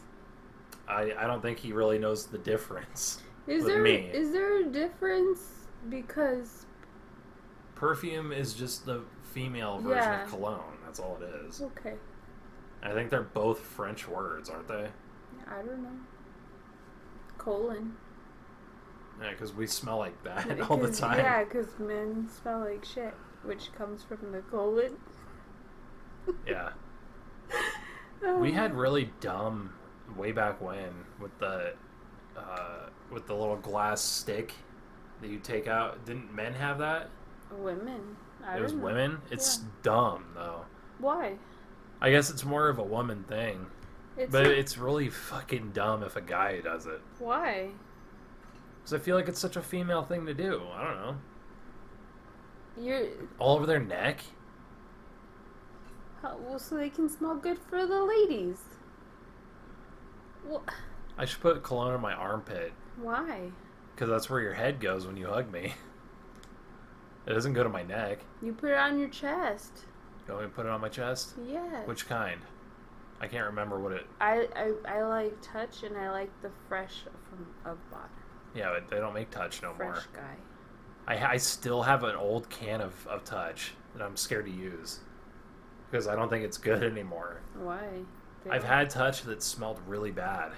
[SPEAKER 2] I, I don't think he really knows the difference.
[SPEAKER 4] Is
[SPEAKER 2] With
[SPEAKER 4] there
[SPEAKER 2] me.
[SPEAKER 4] is there a difference because
[SPEAKER 2] Perfume is just the female version
[SPEAKER 4] Yeah.
[SPEAKER 2] of cologne. That's all it is.
[SPEAKER 4] okay,
[SPEAKER 2] I think they're both French words, aren't they?
[SPEAKER 4] I don't know. Colon
[SPEAKER 2] Yeah, because we smell like that all the
[SPEAKER 4] 'Cause-
[SPEAKER 2] time.
[SPEAKER 4] Yeah, because men smell like shit, which comes from the colon.
[SPEAKER 2] Yeah. We had really dumb way back when with the uh, with the little glass stick that you take out. Didn't men have that?
[SPEAKER 4] women. I
[SPEAKER 2] it was
[SPEAKER 4] don't know.
[SPEAKER 2] women. It's dumb though.
[SPEAKER 4] Why?
[SPEAKER 2] I guess it's more of a woman thing,
[SPEAKER 4] It's
[SPEAKER 2] but
[SPEAKER 4] like-
[SPEAKER 2] it's really fucking dumb if a guy does it.
[SPEAKER 4] why?
[SPEAKER 2] Because I feel like it's such a female thing to do. I don't know.
[SPEAKER 4] You're
[SPEAKER 2] All over their neck.
[SPEAKER 4] how, well, so they can smell good for the ladies. Wh-
[SPEAKER 2] I should put cologne on my armpit
[SPEAKER 4] why?
[SPEAKER 2] because that's where your head goes when you hug me. It doesn't go to my neck.
[SPEAKER 4] You put it on your chest.
[SPEAKER 2] You want me to put it on my chest?
[SPEAKER 4] Yeah.
[SPEAKER 2] Which kind? I can't remember what it.
[SPEAKER 4] I, I I like touch and I like the fresh from of bottom.
[SPEAKER 2] Yeah, but they don't make touch no more.
[SPEAKER 4] fresh guy.
[SPEAKER 2] I, I still have an old can of, of touch that I'm scared to use because I don't think it's good anymore.
[SPEAKER 4] Why? They
[SPEAKER 2] I've
[SPEAKER 4] don't-
[SPEAKER 2] had touch that smelled really bad.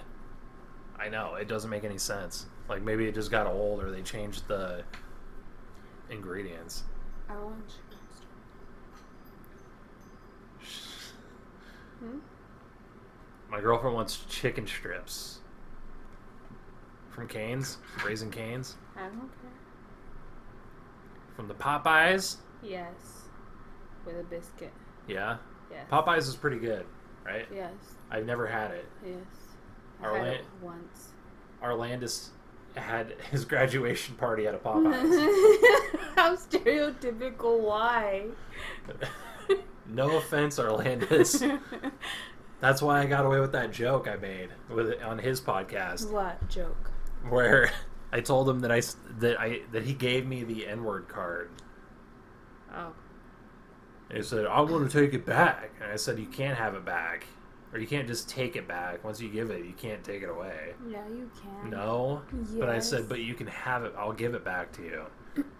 [SPEAKER 2] I know it doesn't make any sense. Like maybe it just got old or they changed the ingredients.
[SPEAKER 4] I want you. Hmm?
[SPEAKER 2] My girlfriend wants chicken strips from Canes, Raising Canes,
[SPEAKER 4] I don't care.
[SPEAKER 2] from the Popeyes.
[SPEAKER 4] Yes. With a biscuit.
[SPEAKER 2] Yeah,
[SPEAKER 4] Yes.
[SPEAKER 2] Popeyes is pretty good, right?
[SPEAKER 4] Yes.
[SPEAKER 2] I've never had it.
[SPEAKER 4] Yes.
[SPEAKER 2] Are
[SPEAKER 4] I had
[SPEAKER 2] we-
[SPEAKER 4] it once.
[SPEAKER 2] Arlandis had his graduation party at a Popeyes.
[SPEAKER 4] How stereotypical! Why?
[SPEAKER 2] no offense, Arlandis. That's why I got away with that joke I made with on his podcast,
[SPEAKER 4] what joke?
[SPEAKER 2] where I told him that I s- that I that he gave me the N word card.
[SPEAKER 4] Oh,
[SPEAKER 2] And he said, "I want to take it back," and I said, "You can't have it back, or you can't just take it back. Once you give it, you can't take it away."
[SPEAKER 4] yeah, you can.
[SPEAKER 2] No. But I said,
[SPEAKER 4] Yes.
[SPEAKER 2] but you can have it. I'll give it back to you.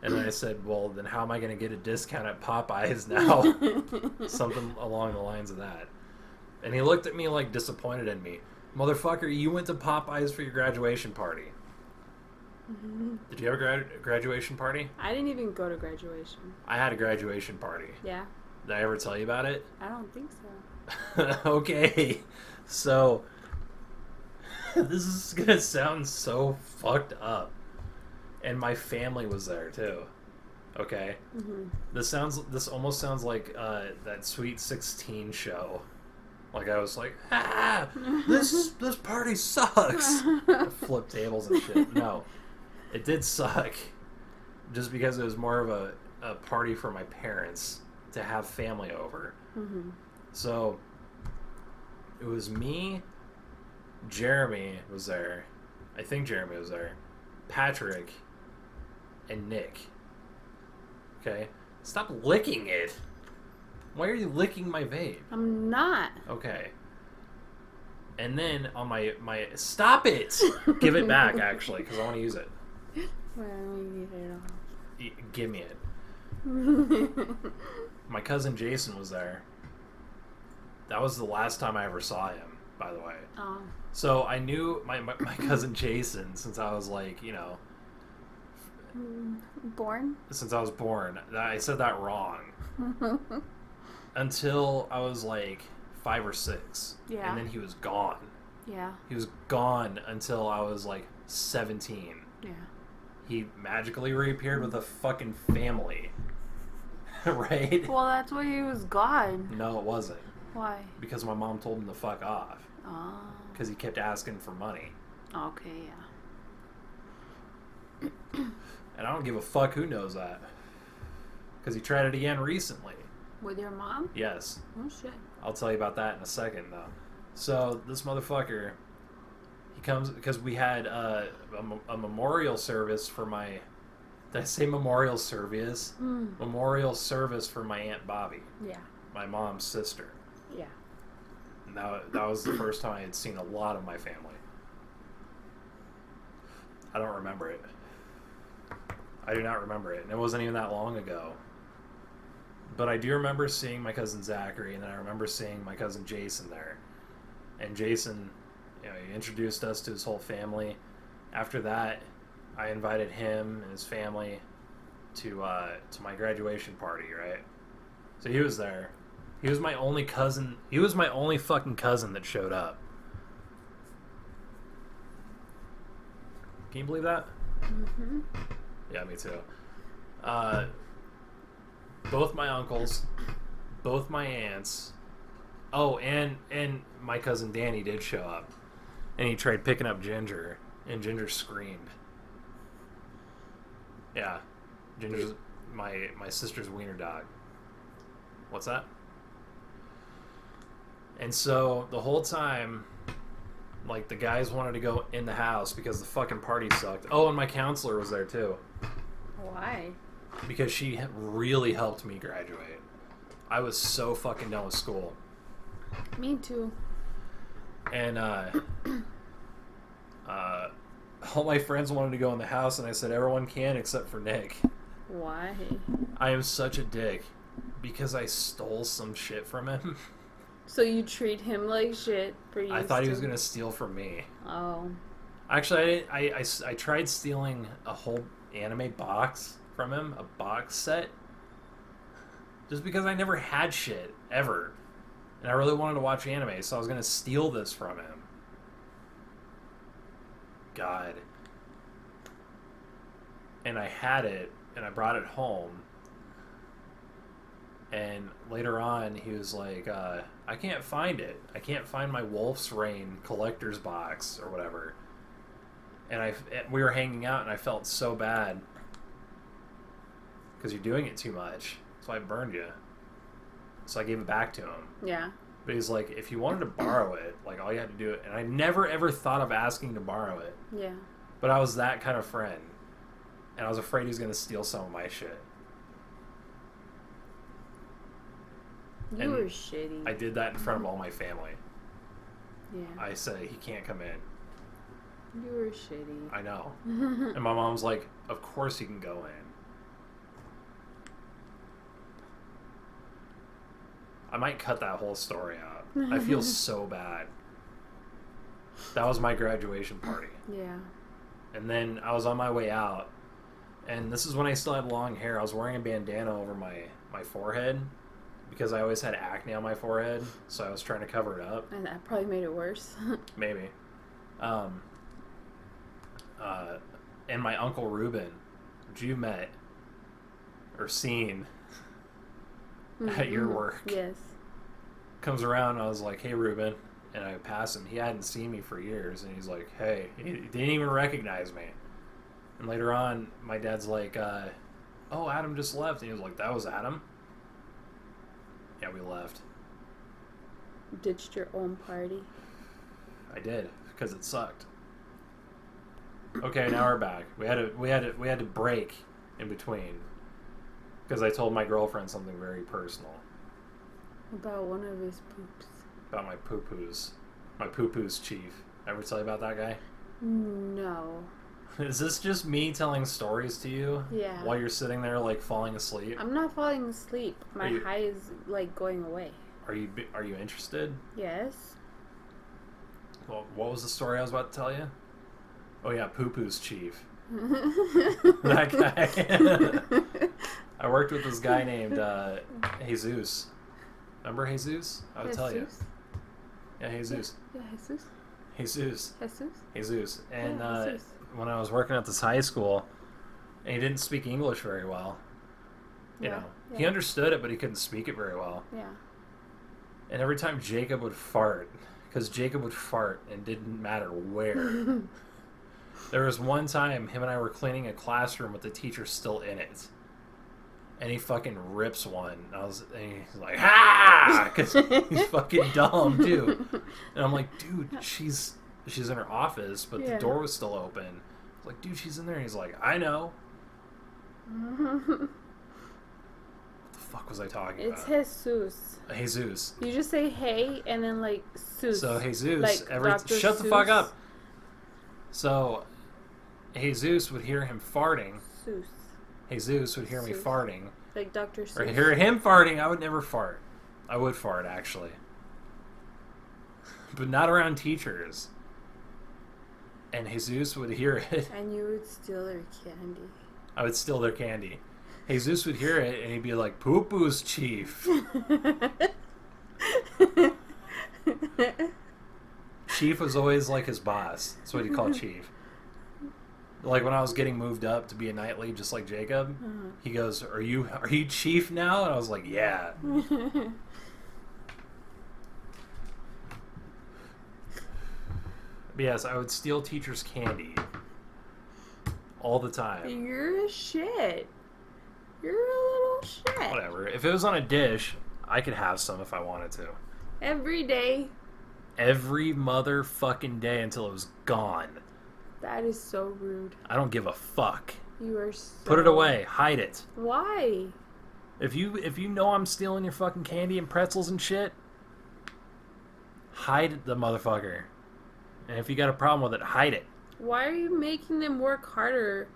[SPEAKER 2] And then I said, well, then how am I going to get a discount at Popeyes now? Something along the lines of that. And he looked at me like disappointed in me. Motherfucker, you went to Popeyes for your graduation party. Did you have a grad- graduation party?
[SPEAKER 4] I didn't even go to graduation.
[SPEAKER 2] I had a graduation party.
[SPEAKER 4] Yeah,
[SPEAKER 2] Did I ever tell you about it?
[SPEAKER 4] I don't think so.
[SPEAKER 2] okay. So this is gonna sound so fucked up. And my family was there too. Okay.
[SPEAKER 4] Mhm.
[SPEAKER 2] This sounds this almost sounds like uh, that Sweet Sixteen show. Like I was like, ah, this this party sucks.
[SPEAKER 4] Mm-hmm.
[SPEAKER 2] I flipped tables and shit. No, it did suck, just because it was more of a, a party for my parents to have family over.
[SPEAKER 4] Mhm.
[SPEAKER 2] So it was me, Jeremy was there. I think Jeremy was there. Patrick and Nick. Okay? Stop licking it. Why are you licking my vape?
[SPEAKER 4] I'm not.
[SPEAKER 2] Okay. And then on my my stop it. Give it back actually cuz I want to use it.
[SPEAKER 4] Well, we get it all.
[SPEAKER 2] Y- Give me it. My cousin Jason was there. That was the last time I ever saw him, by the way.
[SPEAKER 4] oh,
[SPEAKER 2] So I knew my, my, my cousin Jason since I was like, you know,
[SPEAKER 4] Mm-hmm. born.
[SPEAKER 2] since I was born. I said that wrong until I was like five or six.
[SPEAKER 4] Yeah.
[SPEAKER 2] And then he was gone.
[SPEAKER 4] yeah,
[SPEAKER 2] He was gone until I was like 17.
[SPEAKER 4] yeah.
[SPEAKER 2] He magically reappeared with a fucking family. right?
[SPEAKER 4] Well, that's why he was gone.
[SPEAKER 2] No, it wasn't.
[SPEAKER 4] Why?
[SPEAKER 2] Because my mom told him to fuck off.
[SPEAKER 4] Oh,
[SPEAKER 2] Because he kept asking for money.
[SPEAKER 4] okay, yeah.
[SPEAKER 2] And I don't give a fuck who knows that. because he tried it again recently.
[SPEAKER 4] With your mom?
[SPEAKER 2] Yes,
[SPEAKER 4] Oh shit.
[SPEAKER 2] I'll tell you about that in a second, though. So this motherfucker, he comes because we had uh, a, mem- a memorial service for my. Did I say memorial service?
[SPEAKER 4] Mm.
[SPEAKER 2] Memorial service for my aunt Bobby,
[SPEAKER 4] Yeah.
[SPEAKER 2] my mom's sister.
[SPEAKER 4] Yeah.
[SPEAKER 2] And that, that was the first time I had seen a lot of my family. I don't remember it. I do not remember it. And it wasn't even that long ago. But I do remember seeing my cousin Zachary, and then I remember seeing my cousin Jason there. And Jason, you know, he introduced us to his whole family. After that, I invited him and his family to uh, to my graduation party, right? So he was there. He was my only cousin. He was my only fucking cousin that showed up. Can you believe that?
[SPEAKER 4] Mm-hmm.
[SPEAKER 2] Yeah, me too. Uh, both my uncles, both my aunts. Oh, and and my cousin Danny did show up, and he tried picking up Ginger, and Ginger screamed. Yeah, Ginger's my my sister's wiener dog. What's that? And so the whole time, like the guys wanted to go in the house because the fucking party sucked. Oh, and my counselor was there too
[SPEAKER 4] Why?
[SPEAKER 2] because she really helped me graduate. I was so fucking done with school,
[SPEAKER 4] Me too.
[SPEAKER 2] and uh, uh, all my friends wanted to go in the house, and I said everyone can except for Nick.
[SPEAKER 4] Why?
[SPEAKER 2] I am such a dick because I stole some shit from him.
[SPEAKER 4] So you treat him like shit for you.
[SPEAKER 2] I thought he was
[SPEAKER 4] still-
[SPEAKER 2] gonna steal from me.
[SPEAKER 4] Oh.
[SPEAKER 2] Actually, I, didn't- I, I s- I tried stealing a whole anime box from him, a box set, just because I never had shit ever, and I really wanted to watch anime, so I was gonna steal this from him. God. And I had it, and I brought it home. And later on, he was like, uh, "I can't find it. I can't find my Wolf's Rain collector's box or whatever." and I and we were hanging out, and I felt so bad because you're doing it too much. So I burned you. So I gave it back to him.
[SPEAKER 4] Yeah.
[SPEAKER 2] But he's like, if you wanted to borrow it, like all you had to do it. And I never ever thought of asking to borrow it.
[SPEAKER 4] Yeah.
[SPEAKER 2] But I was that kind of friend, and I was afraid he was gonna steal some of my shit.
[SPEAKER 4] You
[SPEAKER 2] And
[SPEAKER 4] were shitty.
[SPEAKER 2] I did that in front of all my family.
[SPEAKER 4] yeah.
[SPEAKER 2] I said he can't come in.
[SPEAKER 4] you were shitty.
[SPEAKER 2] I know. And my mom's like, Of course he can go in. I might cut that whole story out. I feel so bad. That was my graduation party.
[SPEAKER 4] yeah.
[SPEAKER 2] And then I was on my way out. And this is when I still had long hair. I was wearing a bandana over my, my forehead because I always had acne on my forehead. So I was trying to cover it up
[SPEAKER 4] And that probably made it worse.
[SPEAKER 2] maybe. Um, uh, and my uncle Ruben, which you met or seen, At your
[SPEAKER 4] Mhm.
[SPEAKER 2] work.
[SPEAKER 4] Yes.
[SPEAKER 2] comes around. I was like, "Hey, Ruben," and I pass him. He hadn't seen me for years, and he's like, "Hey," he he didn't even recognize me. And later on, my dad's like, uh, "Oh, Adam just left," and he was like, "That was Adam." Yeah, we left.
[SPEAKER 4] Ditched your own party.
[SPEAKER 2] I did because it sucked. Okay, now we're back. We had a we had a, we had to break in between because I told my girlfriend something very personal
[SPEAKER 4] About one of his poops.
[SPEAKER 2] about my poo poos, my poo poos chief. Ever tell you about that guy?
[SPEAKER 4] No.
[SPEAKER 2] Is this just me telling stories to you?
[SPEAKER 4] Yeah.
[SPEAKER 2] While you're sitting there like falling asleep,
[SPEAKER 4] I'm not falling asleep. My
[SPEAKER 2] Are you-
[SPEAKER 4] high is like going away.
[SPEAKER 2] are you are you interested?
[SPEAKER 4] Yes.
[SPEAKER 2] Well, what was the story I was about to tell you? Oh yeah, poo poos chief.
[SPEAKER 4] that
[SPEAKER 2] guy. I worked with this guy named uh, Jesus. Remember Jesus? I would tell you. Yeah, Jesus.
[SPEAKER 4] Yeah, Jesus.
[SPEAKER 2] Jesus.
[SPEAKER 4] Jesus.
[SPEAKER 2] Jesus. And
[SPEAKER 4] Yeah,
[SPEAKER 2] uh,
[SPEAKER 4] Jesus.
[SPEAKER 2] when I was working at this high school, and he didn't speak English very well. You
[SPEAKER 4] Yeah,
[SPEAKER 2] know,
[SPEAKER 4] yeah.
[SPEAKER 2] he understood it, but he couldn't speak it very well.
[SPEAKER 4] Yeah.
[SPEAKER 2] And every time Jacob would fart, because Jacob would fart and didn't matter where. there was one time him and I were cleaning a classroom with the teacher still in it. and he fucking rips one. And I was and he's like, ah, because he's fucking dumb too. And I'm like, dude, she's she's in her office, but
[SPEAKER 4] Yeah.
[SPEAKER 2] the door was still open. I was like, dude, she's in there. And he's like, I know. What the fuck was I talking
[SPEAKER 4] it's
[SPEAKER 2] about? Uh,
[SPEAKER 4] Jesus.
[SPEAKER 2] Jesus.
[SPEAKER 4] You just say hey and then like Seuss.
[SPEAKER 2] So Jesus,
[SPEAKER 4] Like
[SPEAKER 2] every
[SPEAKER 4] Dr.
[SPEAKER 2] shut the fuck
[SPEAKER 4] Seuss.
[SPEAKER 2] up. So Jesus would hear him farting.
[SPEAKER 4] Seuss.
[SPEAKER 2] Jesus would hear me
[SPEAKER 4] Seuss.
[SPEAKER 2] farting,
[SPEAKER 4] Like Dr.
[SPEAKER 2] or
[SPEAKER 4] Seuss.
[SPEAKER 2] hear him farting. I would never fart. I would fart actually, but not around teachers. And Jesus would hear it.
[SPEAKER 4] And you would steal their candy.
[SPEAKER 2] I would steal their candy. Jesus would hear it, and he'd be like, "Poo poo's chief, Chief was always like his boss. That's what he called Chief. Like when I was getting moved up to be a nightly, just like Jacob, he goes, "Are you are you Chief now?" And I was like, "Yeah." But yes, I would steal teachers' candy all the time.
[SPEAKER 4] You're a shit. You're a little shit.
[SPEAKER 2] Whatever. If it was on a dish, I could have some if I wanted to.
[SPEAKER 4] Every day.
[SPEAKER 2] Every motherfucking day until it was gone.
[SPEAKER 4] That is so rude.
[SPEAKER 2] I don't give a fuck.
[SPEAKER 4] You are so.
[SPEAKER 2] Put it away. Hide it.
[SPEAKER 4] Why?
[SPEAKER 2] If you if you know I'm stealing your fucking candy and pretzels and shit, hide the motherfucker. And if you got a problem with it, hide it
[SPEAKER 4] Why are you making them work harder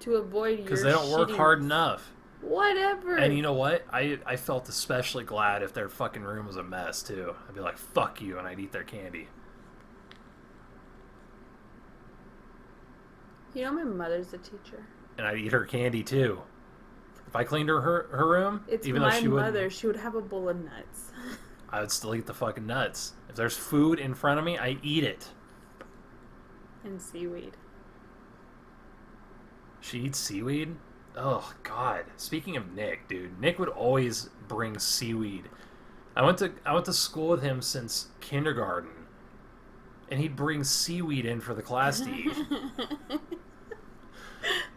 [SPEAKER 4] to avoid you?
[SPEAKER 2] because they don't work hard enough.
[SPEAKER 4] Whatever.
[SPEAKER 2] And you know what? I I felt especially glad if their fucking room was a mess too. I'd be like, "Fuck you," and I'd eat their candy.
[SPEAKER 4] You know my mother's a teacher.
[SPEAKER 2] and I'd eat her candy too. If I cleaned her her, her room,
[SPEAKER 4] It's
[SPEAKER 2] even
[SPEAKER 4] my
[SPEAKER 2] though she
[SPEAKER 4] mother.
[SPEAKER 2] would,
[SPEAKER 4] She would have a bowl of nuts.
[SPEAKER 2] I would still eat the fucking nuts. If there's food in front of me, I eat it.
[SPEAKER 4] and seaweed.
[SPEAKER 2] She eats seaweed. Oh God! Speaking of Nick, dude, Nick would always bring seaweed. I went to I went to school with him since kindergarten, and he'd bring seaweed in for the class to eat.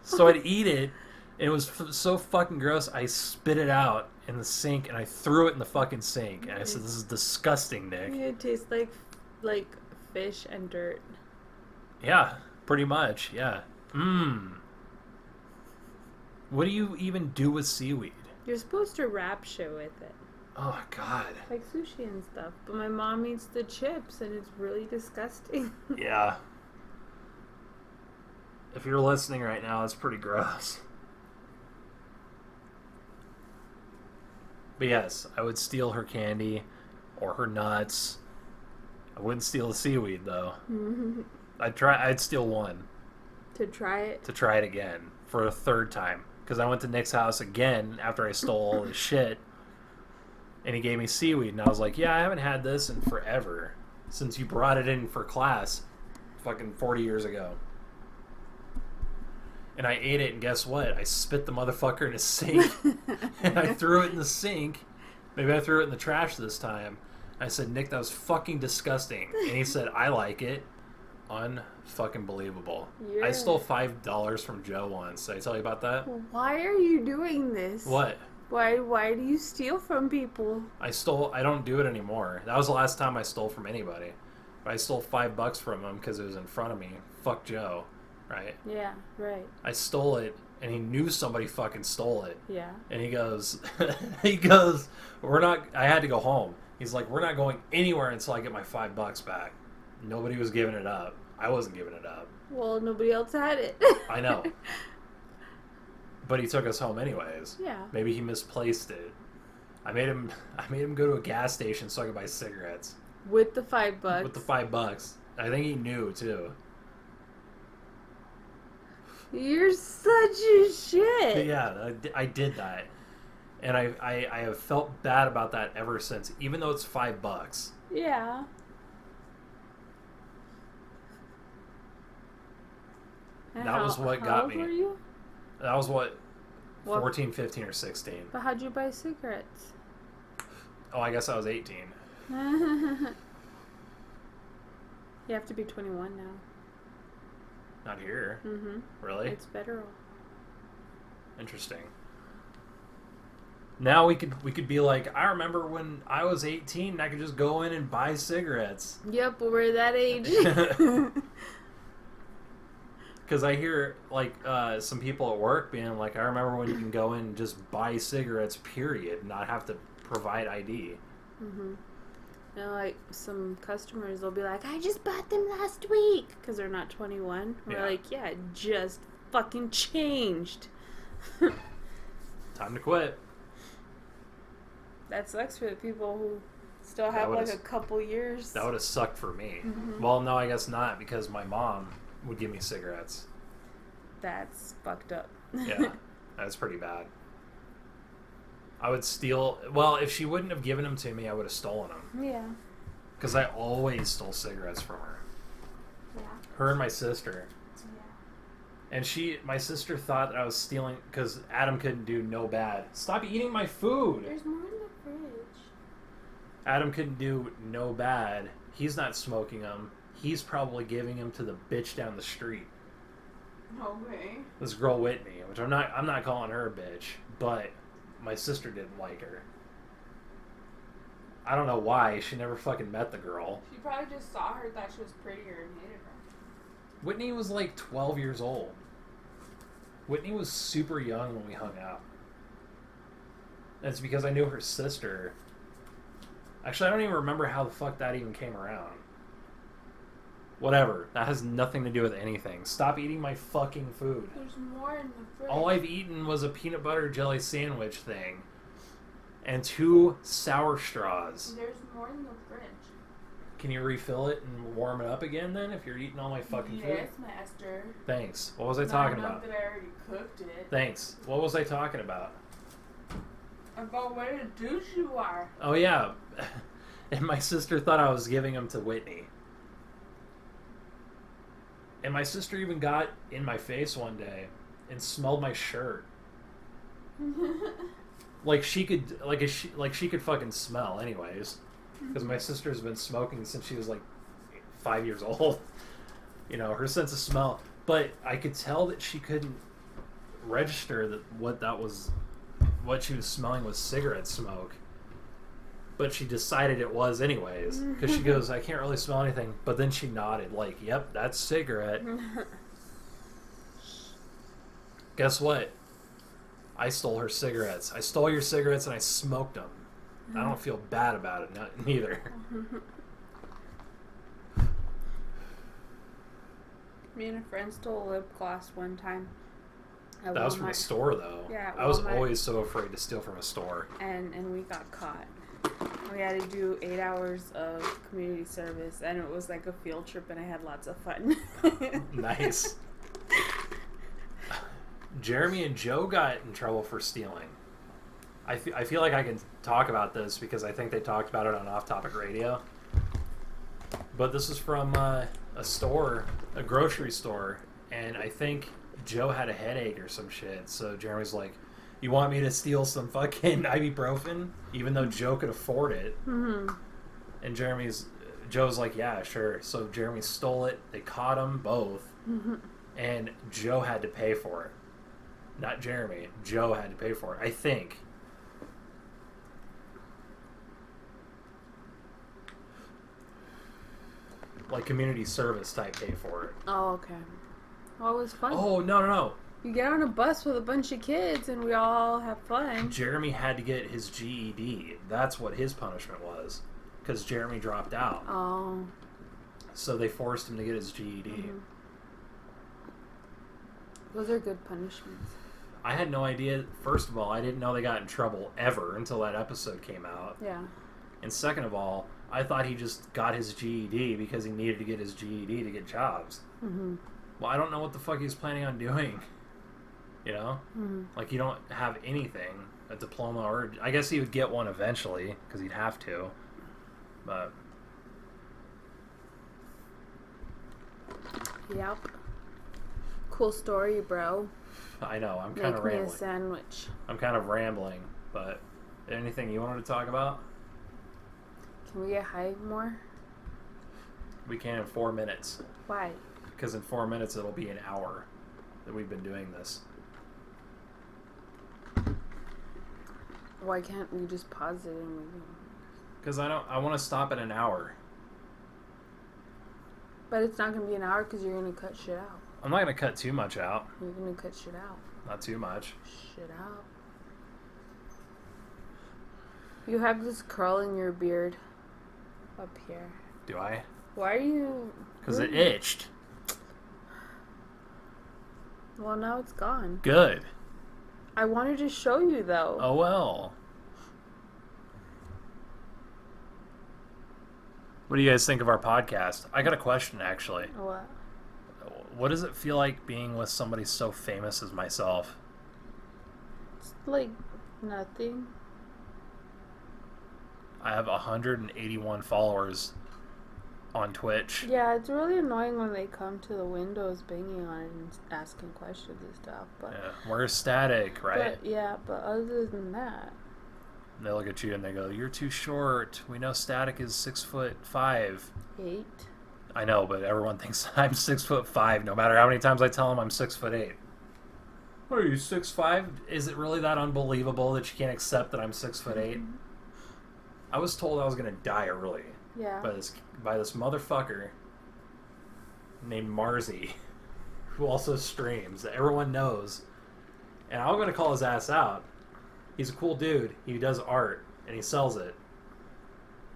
[SPEAKER 2] so I'd eat it, and it was f- so fucking gross. I spit it out in the sink, and I threw it in the fucking sink. And I said, "This is disgusting, Nick."
[SPEAKER 4] It tastes like like fish and dirt.
[SPEAKER 2] Yeah, pretty much. Yeah. Mmm. What do you even do with seaweed?
[SPEAKER 4] You're supposed to wrap shit with it,
[SPEAKER 2] Oh God.
[SPEAKER 4] like sushi and stuff. But my mom eats the chips, and it's really disgusting.
[SPEAKER 2] Yeah. If you're listening right now, it's pretty gross. But yes, I would steal her candy or her nuts. I wouldn't steal the seaweed though. I'd try. I'd steal one
[SPEAKER 4] to try it,
[SPEAKER 2] to try it again for a third time because I went to Nick's house again after I stole all his shit, and he gave me seaweed, and I was like, "Yeah, I haven't had this in forever since you brought it in for class, fucking forty years ago." And I ate it, and guess what? I spit the motherfucker in a sink, and I threw it in the sink. Maybe I threw it in the trash this time. I said, "Nick, that was fucking disgusting," and he said, "I like it." Unfucking believable. I
[SPEAKER 4] Yeah.
[SPEAKER 2] stole five dollars from Joe once. Did I tell you about that?
[SPEAKER 4] why are you doing this?
[SPEAKER 2] What?
[SPEAKER 4] Why? Why do you steal from people?
[SPEAKER 2] I stole. I don't do it anymore. That was the last time I stole from anybody. But I stole five bucks from him because it was in front of me. Fuck Joe, right?
[SPEAKER 4] Yeah. Right.
[SPEAKER 2] I stole it, and he knew somebody fucking stole it.
[SPEAKER 4] Yeah.
[SPEAKER 2] And he goes, he goes, we're not. I had to go home. He's like, we're not going anywhere until I get my five bucks back. Nobody was giving it up. I wasn't giving it up.
[SPEAKER 4] Well, nobody else had it.
[SPEAKER 2] I know. But he took us home anyways.
[SPEAKER 4] yeah.
[SPEAKER 2] Maybe he misplaced it. I made him. I made him go to a gas station so I could buy cigarettes
[SPEAKER 4] With the five bucks.
[SPEAKER 2] with the five bucks. I think he knew too.
[SPEAKER 4] You're such a
[SPEAKER 2] But
[SPEAKER 4] shit.
[SPEAKER 2] yeah, I di- I, did that, and I, I I have felt bad about that ever since. Even though it's five bucks,
[SPEAKER 4] Yeah. And
[SPEAKER 2] That was what
[SPEAKER 4] how
[SPEAKER 2] got
[SPEAKER 4] old
[SPEAKER 2] me.
[SPEAKER 4] Were you?
[SPEAKER 2] that was what
[SPEAKER 4] Well,
[SPEAKER 2] 14, 15, or sixteen.
[SPEAKER 4] But how'd you buy cigarettes?
[SPEAKER 2] Oh, I guess I was eighteen.
[SPEAKER 4] you have to be 21 now.
[SPEAKER 2] Not here,
[SPEAKER 4] Mm-hmm.
[SPEAKER 2] really.
[SPEAKER 4] It's federal.
[SPEAKER 2] Interesting. Now we could we could be like, I remember when I was 18 and I could just go in and buy cigarettes.
[SPEAKER 4] Yep, well, we're that age.
[SPEAKER 2] Because I hear like uh, some people at work being like, I remember when you can go in and just buy cigarettes, period, not have to provide ID.
[SPEAKER 4] hmm You know, like some customers will be like, I just bought them last week because they're not 21. We're
[SPEAKER 2] Yeah.
[SPEAKER 4] like, yeah, it just fucking changed.
[SPEAKER 2] Time to quit.
[SPEAKER 4] that sucks for the people who still
[SPEAKER 2] That
[SPEAKER 4] have like
[SPEAKER 2] would've-
[SPEAKER 4] a couple years.
[SPEAKER 2] That would have sucked for me.
[SPEAKER 4] Mhm.
[SPEAKER 2] Well, no, I guess not because my mom would give me cigarettes.
[SPEAKER 4] That's fucked up.
[SPEAKER 2] Yeah, that's pretty bad. I would steal. Well, if she wouldn't have given them to me, I would have stolen them
[SPEAKER 4] yeah.
[SPEAKER 2] because I always stole cigarettes from her.
[SPEAKER 1] Yeah.
[SPEAKER 2] Her and my sister.
[SPEAKER 1] Yeah.
[SPEAKER 2] And she, my sister, thought that I was stealing because Adam couldn't do no bad. Stop eating my food.
[SPEAKER 1] There's more in the fridge.
[SPEAKER 2] Adam couldn't do no bad. He's not smoking them. He's probably giving them to the bitch down the street.
[SPEAKER 1] No way.
[SPEAKER 2] This girl Whitney, which I'm not. I'm not calling her a bitch, but my sister didn't like her. I don't know why. She never fucking met the girl.
[SPEAKER 1] She probably just saw her, thought she was prettier, and hated her.
[SPEAKER 2] Whitney was like 12 years old. Whitney was super young when we hung out. That's because I knew her sister. Actually, I don't even remember how the fuck that even came around. Whatever. That has nothing to do with anything. Stop eating my fucking food.
[SPEAKER 1] There's more in the fridge.
[SPEAKER 2] All I've eaten was a peanut butter jelly sandwich thing and two sour straws.
[SPEAKER 1] There's more in the fridge.
[SPEAKER 2] Can you refill it and warm it up again then if you're eating all my fucking
[SPEAKER 1] yes,
[SPEAKER 2] food?
[SPEAKER 1] master.
[SPEAKER 2] Thanks. What was I talking
[SPEAKER 1] Not
[SPEAKER 2] about?
[SPEAKER 1] enough that I already cooked it.
[SPEAKER 2] Thanks. What was I talking about?
[SPEAKER 1] About what a douche you are.
[SPEAKER 2] Oh yeah, and my sister thought I was giving them to Whitney. And my sister even got in my face one day and smelled my shirt. Like she could, like if she, like she could fucking smell, anyways, because my sister's been smoking since she was like five years old. You know her sense of smell, but I could tell that she couldn't register that what that was, what she was smelling was cigarette smoke. But she decided it was anyways, because she goes, "I can't really smell anything." But then she nodded, like, "Yep, that's cigarette." Guess what? I stole her cigarettes. I stole your cigarettes and I smoked them. I don't feel bad about it, not, neither.
[SPEAKER 4] Uh-huh. Me and a friend stole lip gloss one time. At
[SPEAKER 2] That was from a
[SPEAKER 4] Walmart,
[SPEAKER 2] store, though.
[SPEAKER 4] Yeah,
[SPEAKER 2] I was
[SPEAKER 4] Walmart.
[SPEAKER 2] always so afraid to steal from a store.
[SPEAKER 4] and and we got caught. We had to do eight hours of community service, and it was like a field trip, and I had lots of fun.
[SPEAKER 2] Nice. Jeremy and Joe got in trouble for stealing. I fe- I feel like I can talk about this because I think they talked about it on Off Topic Radio. But this is from uh, a store, a grocery store, and I think Joe had a headache or some shit. So Jeremy's like, "You want me to steal some fucking ibuprofen?" Even though Joe could afford it.
[SPEAKER 4] Mhm.
[SPEAKER 2] And Jeremy's Joe's like, yeah, sure. So Jeremy stole it. They caught them both, and Joe had to pay for it. Not Jeremy. Joe had to pay for it. I think. Like community service type pay for it.
[SPEAKER 4] Oh, okay. Well, it was fun.
[SPEAKER 2] Oh no no no!
[SPEAKER 4] You get on a bus with a bunch of kids, and we all have fun.
[SPEAKER 2] Jeremy had to get his GED. That's what his punishment was, because Jeremy dropped out.
[SPEAKER 4] Oh,
[SPEAKER 2] So they forced him to get his E GED.
[SPEAKER 4] Mhm. those are good punishments.
[SPEAKER 2] I had no idea. First of all, I didn't know they got in trouble ever until that episode came out.
[SPEAKER 4] Yeah.
[SPEAKER 2] And second of all, I thought he just got his GED because he needed to get his GED to get jobs.
[SPEAKER 4] Mm-hmm.
[SPEAKER 2] Well, I don't know what the fuck he's planning on doing. You know?
[SPEAKER 4] Mm-hmm.
[SPEAKER 2] Like, you don't have anything, a diploma, or. I guess he would get one eventually because he'd have to. But.
[SPEAKER 4] Yep. Cool story, bro.
[SPEAKER 2] I know, I'm kind
[SPEAKER 4] Make
[SPEAKER 2] of
[SPEAKER 4] me a
[SPEAKER 2] rambling.
[SPEAKER 4] sandwich.
[SPEAKER 2] I'm kind of rambling, but anything you wanted to talk about?
[SPEAKER 4] Can we get high more?
[SPEAKER 2] We can in four minutes.
[SPEAKER 4] Why?
[SPEAKER 2] because in four minutes it'll be an hour that we've been doing this.
[SPEAKER 4] Why can't we just pause it and we
[SPEAKER 2] Because I don't. I want to stop at an hour.
[SPEAKER 4] But it's not gonna be an hour because you're gonna cut shit out.
[SPEAKER 2] I'm not gonna cut too much out.
[SPEAKER 4] You're gonna cut shit out.
[SPEAKER 2] Not too much.
[SPEAKER 4] Shit out. You have this curl in your beard up here.
[SPEAKER 2] Do I?
[SPEAKER 4] Why are you?
[SPEAKER 2] Because
[SPEAKER 4] Mm-hmm.
[SPEAKER 2] it itched.
[SPEAKER 4] Well, now it's gone.
[SPEAKER 2] Good.
[SPEAKER 4] I wanted to show you though.
[SPEAKER 2] Oh well. What do you guys think of our podcast? I got a question actually.
[SPEAKER 4] What?
[SPEAKER 2] What does it feel like being with somebody so famous as myself?
[SPEAKER 4] It's like nothing.
[SPEAKER 2] I have 181 followers on Twitch.
[SPEAKER 4] Yeah, it's really annoying when they come to the windows banging on it and asking questions and stuff. But,
[SPEAKER 2] Yeah, we're static, right?
[SPEAKER 4] but yeah, but other than that,
[SPEAKER 2] And they look at you and they go, "You're too short. We know static is six foot five.
[SPEAKER 4] eight.
[SPEAKER 2] I know, but everyone thinks I'm six foot five. No matter how many times I tell them I'm six foot eight. What Are you six five? Is it really that unbelievable that you can't accept that I'm six foot eight? I was told I was gonna die early
[SPEAKER 4] Yeah.
[SPEAKER 2] by this by this motherfucker named Marzi, who also streams. That everyone knows, and I'm gonna call his ass out. He's a cool dude. He does art and he sells it.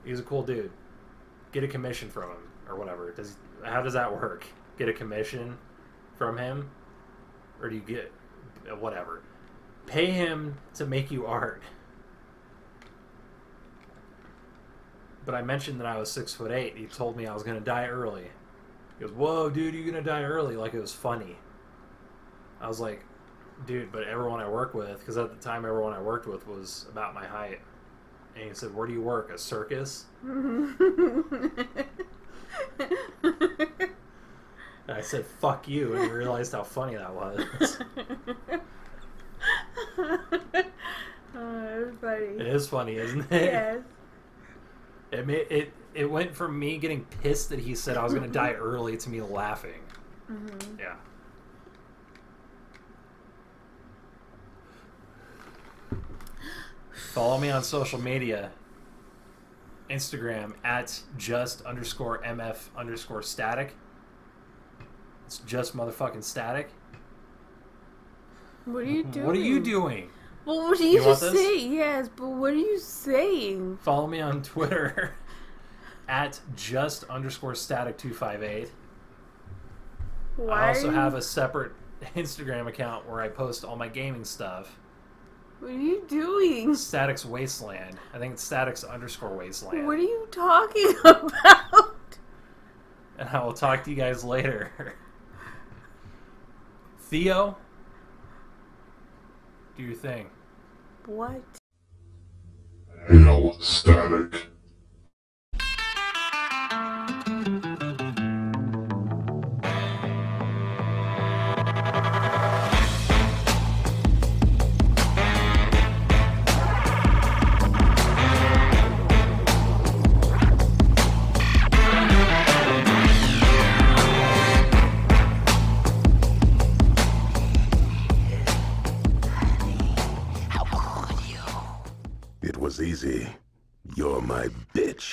[SPEAKER 2] He's a cool dude. Get a commission from him or whatever. Does how does that work? Get a commission from him, or do you get whatever? Pay him to make you art. But I mentioned that I was six foot eight. He told me I was gonna die early. He goes, "Whoa, dude, you're gonna die early!" Like it was funny. I was like, "Dude," but everyone I work with, because at the time everyone I worked with was about my height, and he said, "Where do you work? A circus?"
[SPEAKER 4] Uh,
[SPEAKER 2] And I said, "Fuck you," and he realized how funny that was.
[SPEAKER 4] oh,
[SPEAKER 2] it
[SPEAKER 4] buddy.
[SPEAKER 2] is funny, isn't it?
[SPEAKER 4] Yes.
[SPEAKER 2] It ma- it it went from me getting pissed that he said I was gonna die early to me laughing.
[SPEAKER 4] Mm-hmm.
[SPEAKER 2] Yeah. Follow me on social media. Instagram at just underscore mf underscore static. It's just motherfucking static.
[SPEAKER 4] What are you doing?
[SPEAKER 2] What are you doing?
[SPEAKER 4] Well, what do you,
[SPEAKER 2] You want this?
[SPEAKER 4] just say? Yes, but what are you saying?
[SPEAKER 2] Follow me on Twitter at just underscore static two five eight.
[SPEAKER 4] Why
[SPEAKER 2] I also
[SPEAKER 4] are you,
[SPEAKER 2] have a separate Instagram account where I post all my gaming stuff.
[SPEAKER 4] What are you doing?
[SPEAKER 2] Statics Wasteland. I think it's Statics underscore Wasteland.
[SPEAKER 4] What are you talking about?
[SPEAKER 2] and I will talk to you guys later. Theo, do your thing.
[SPEAKER 4] What?
[SPEAKER 5] Hail static. It was easy. You're my bitch.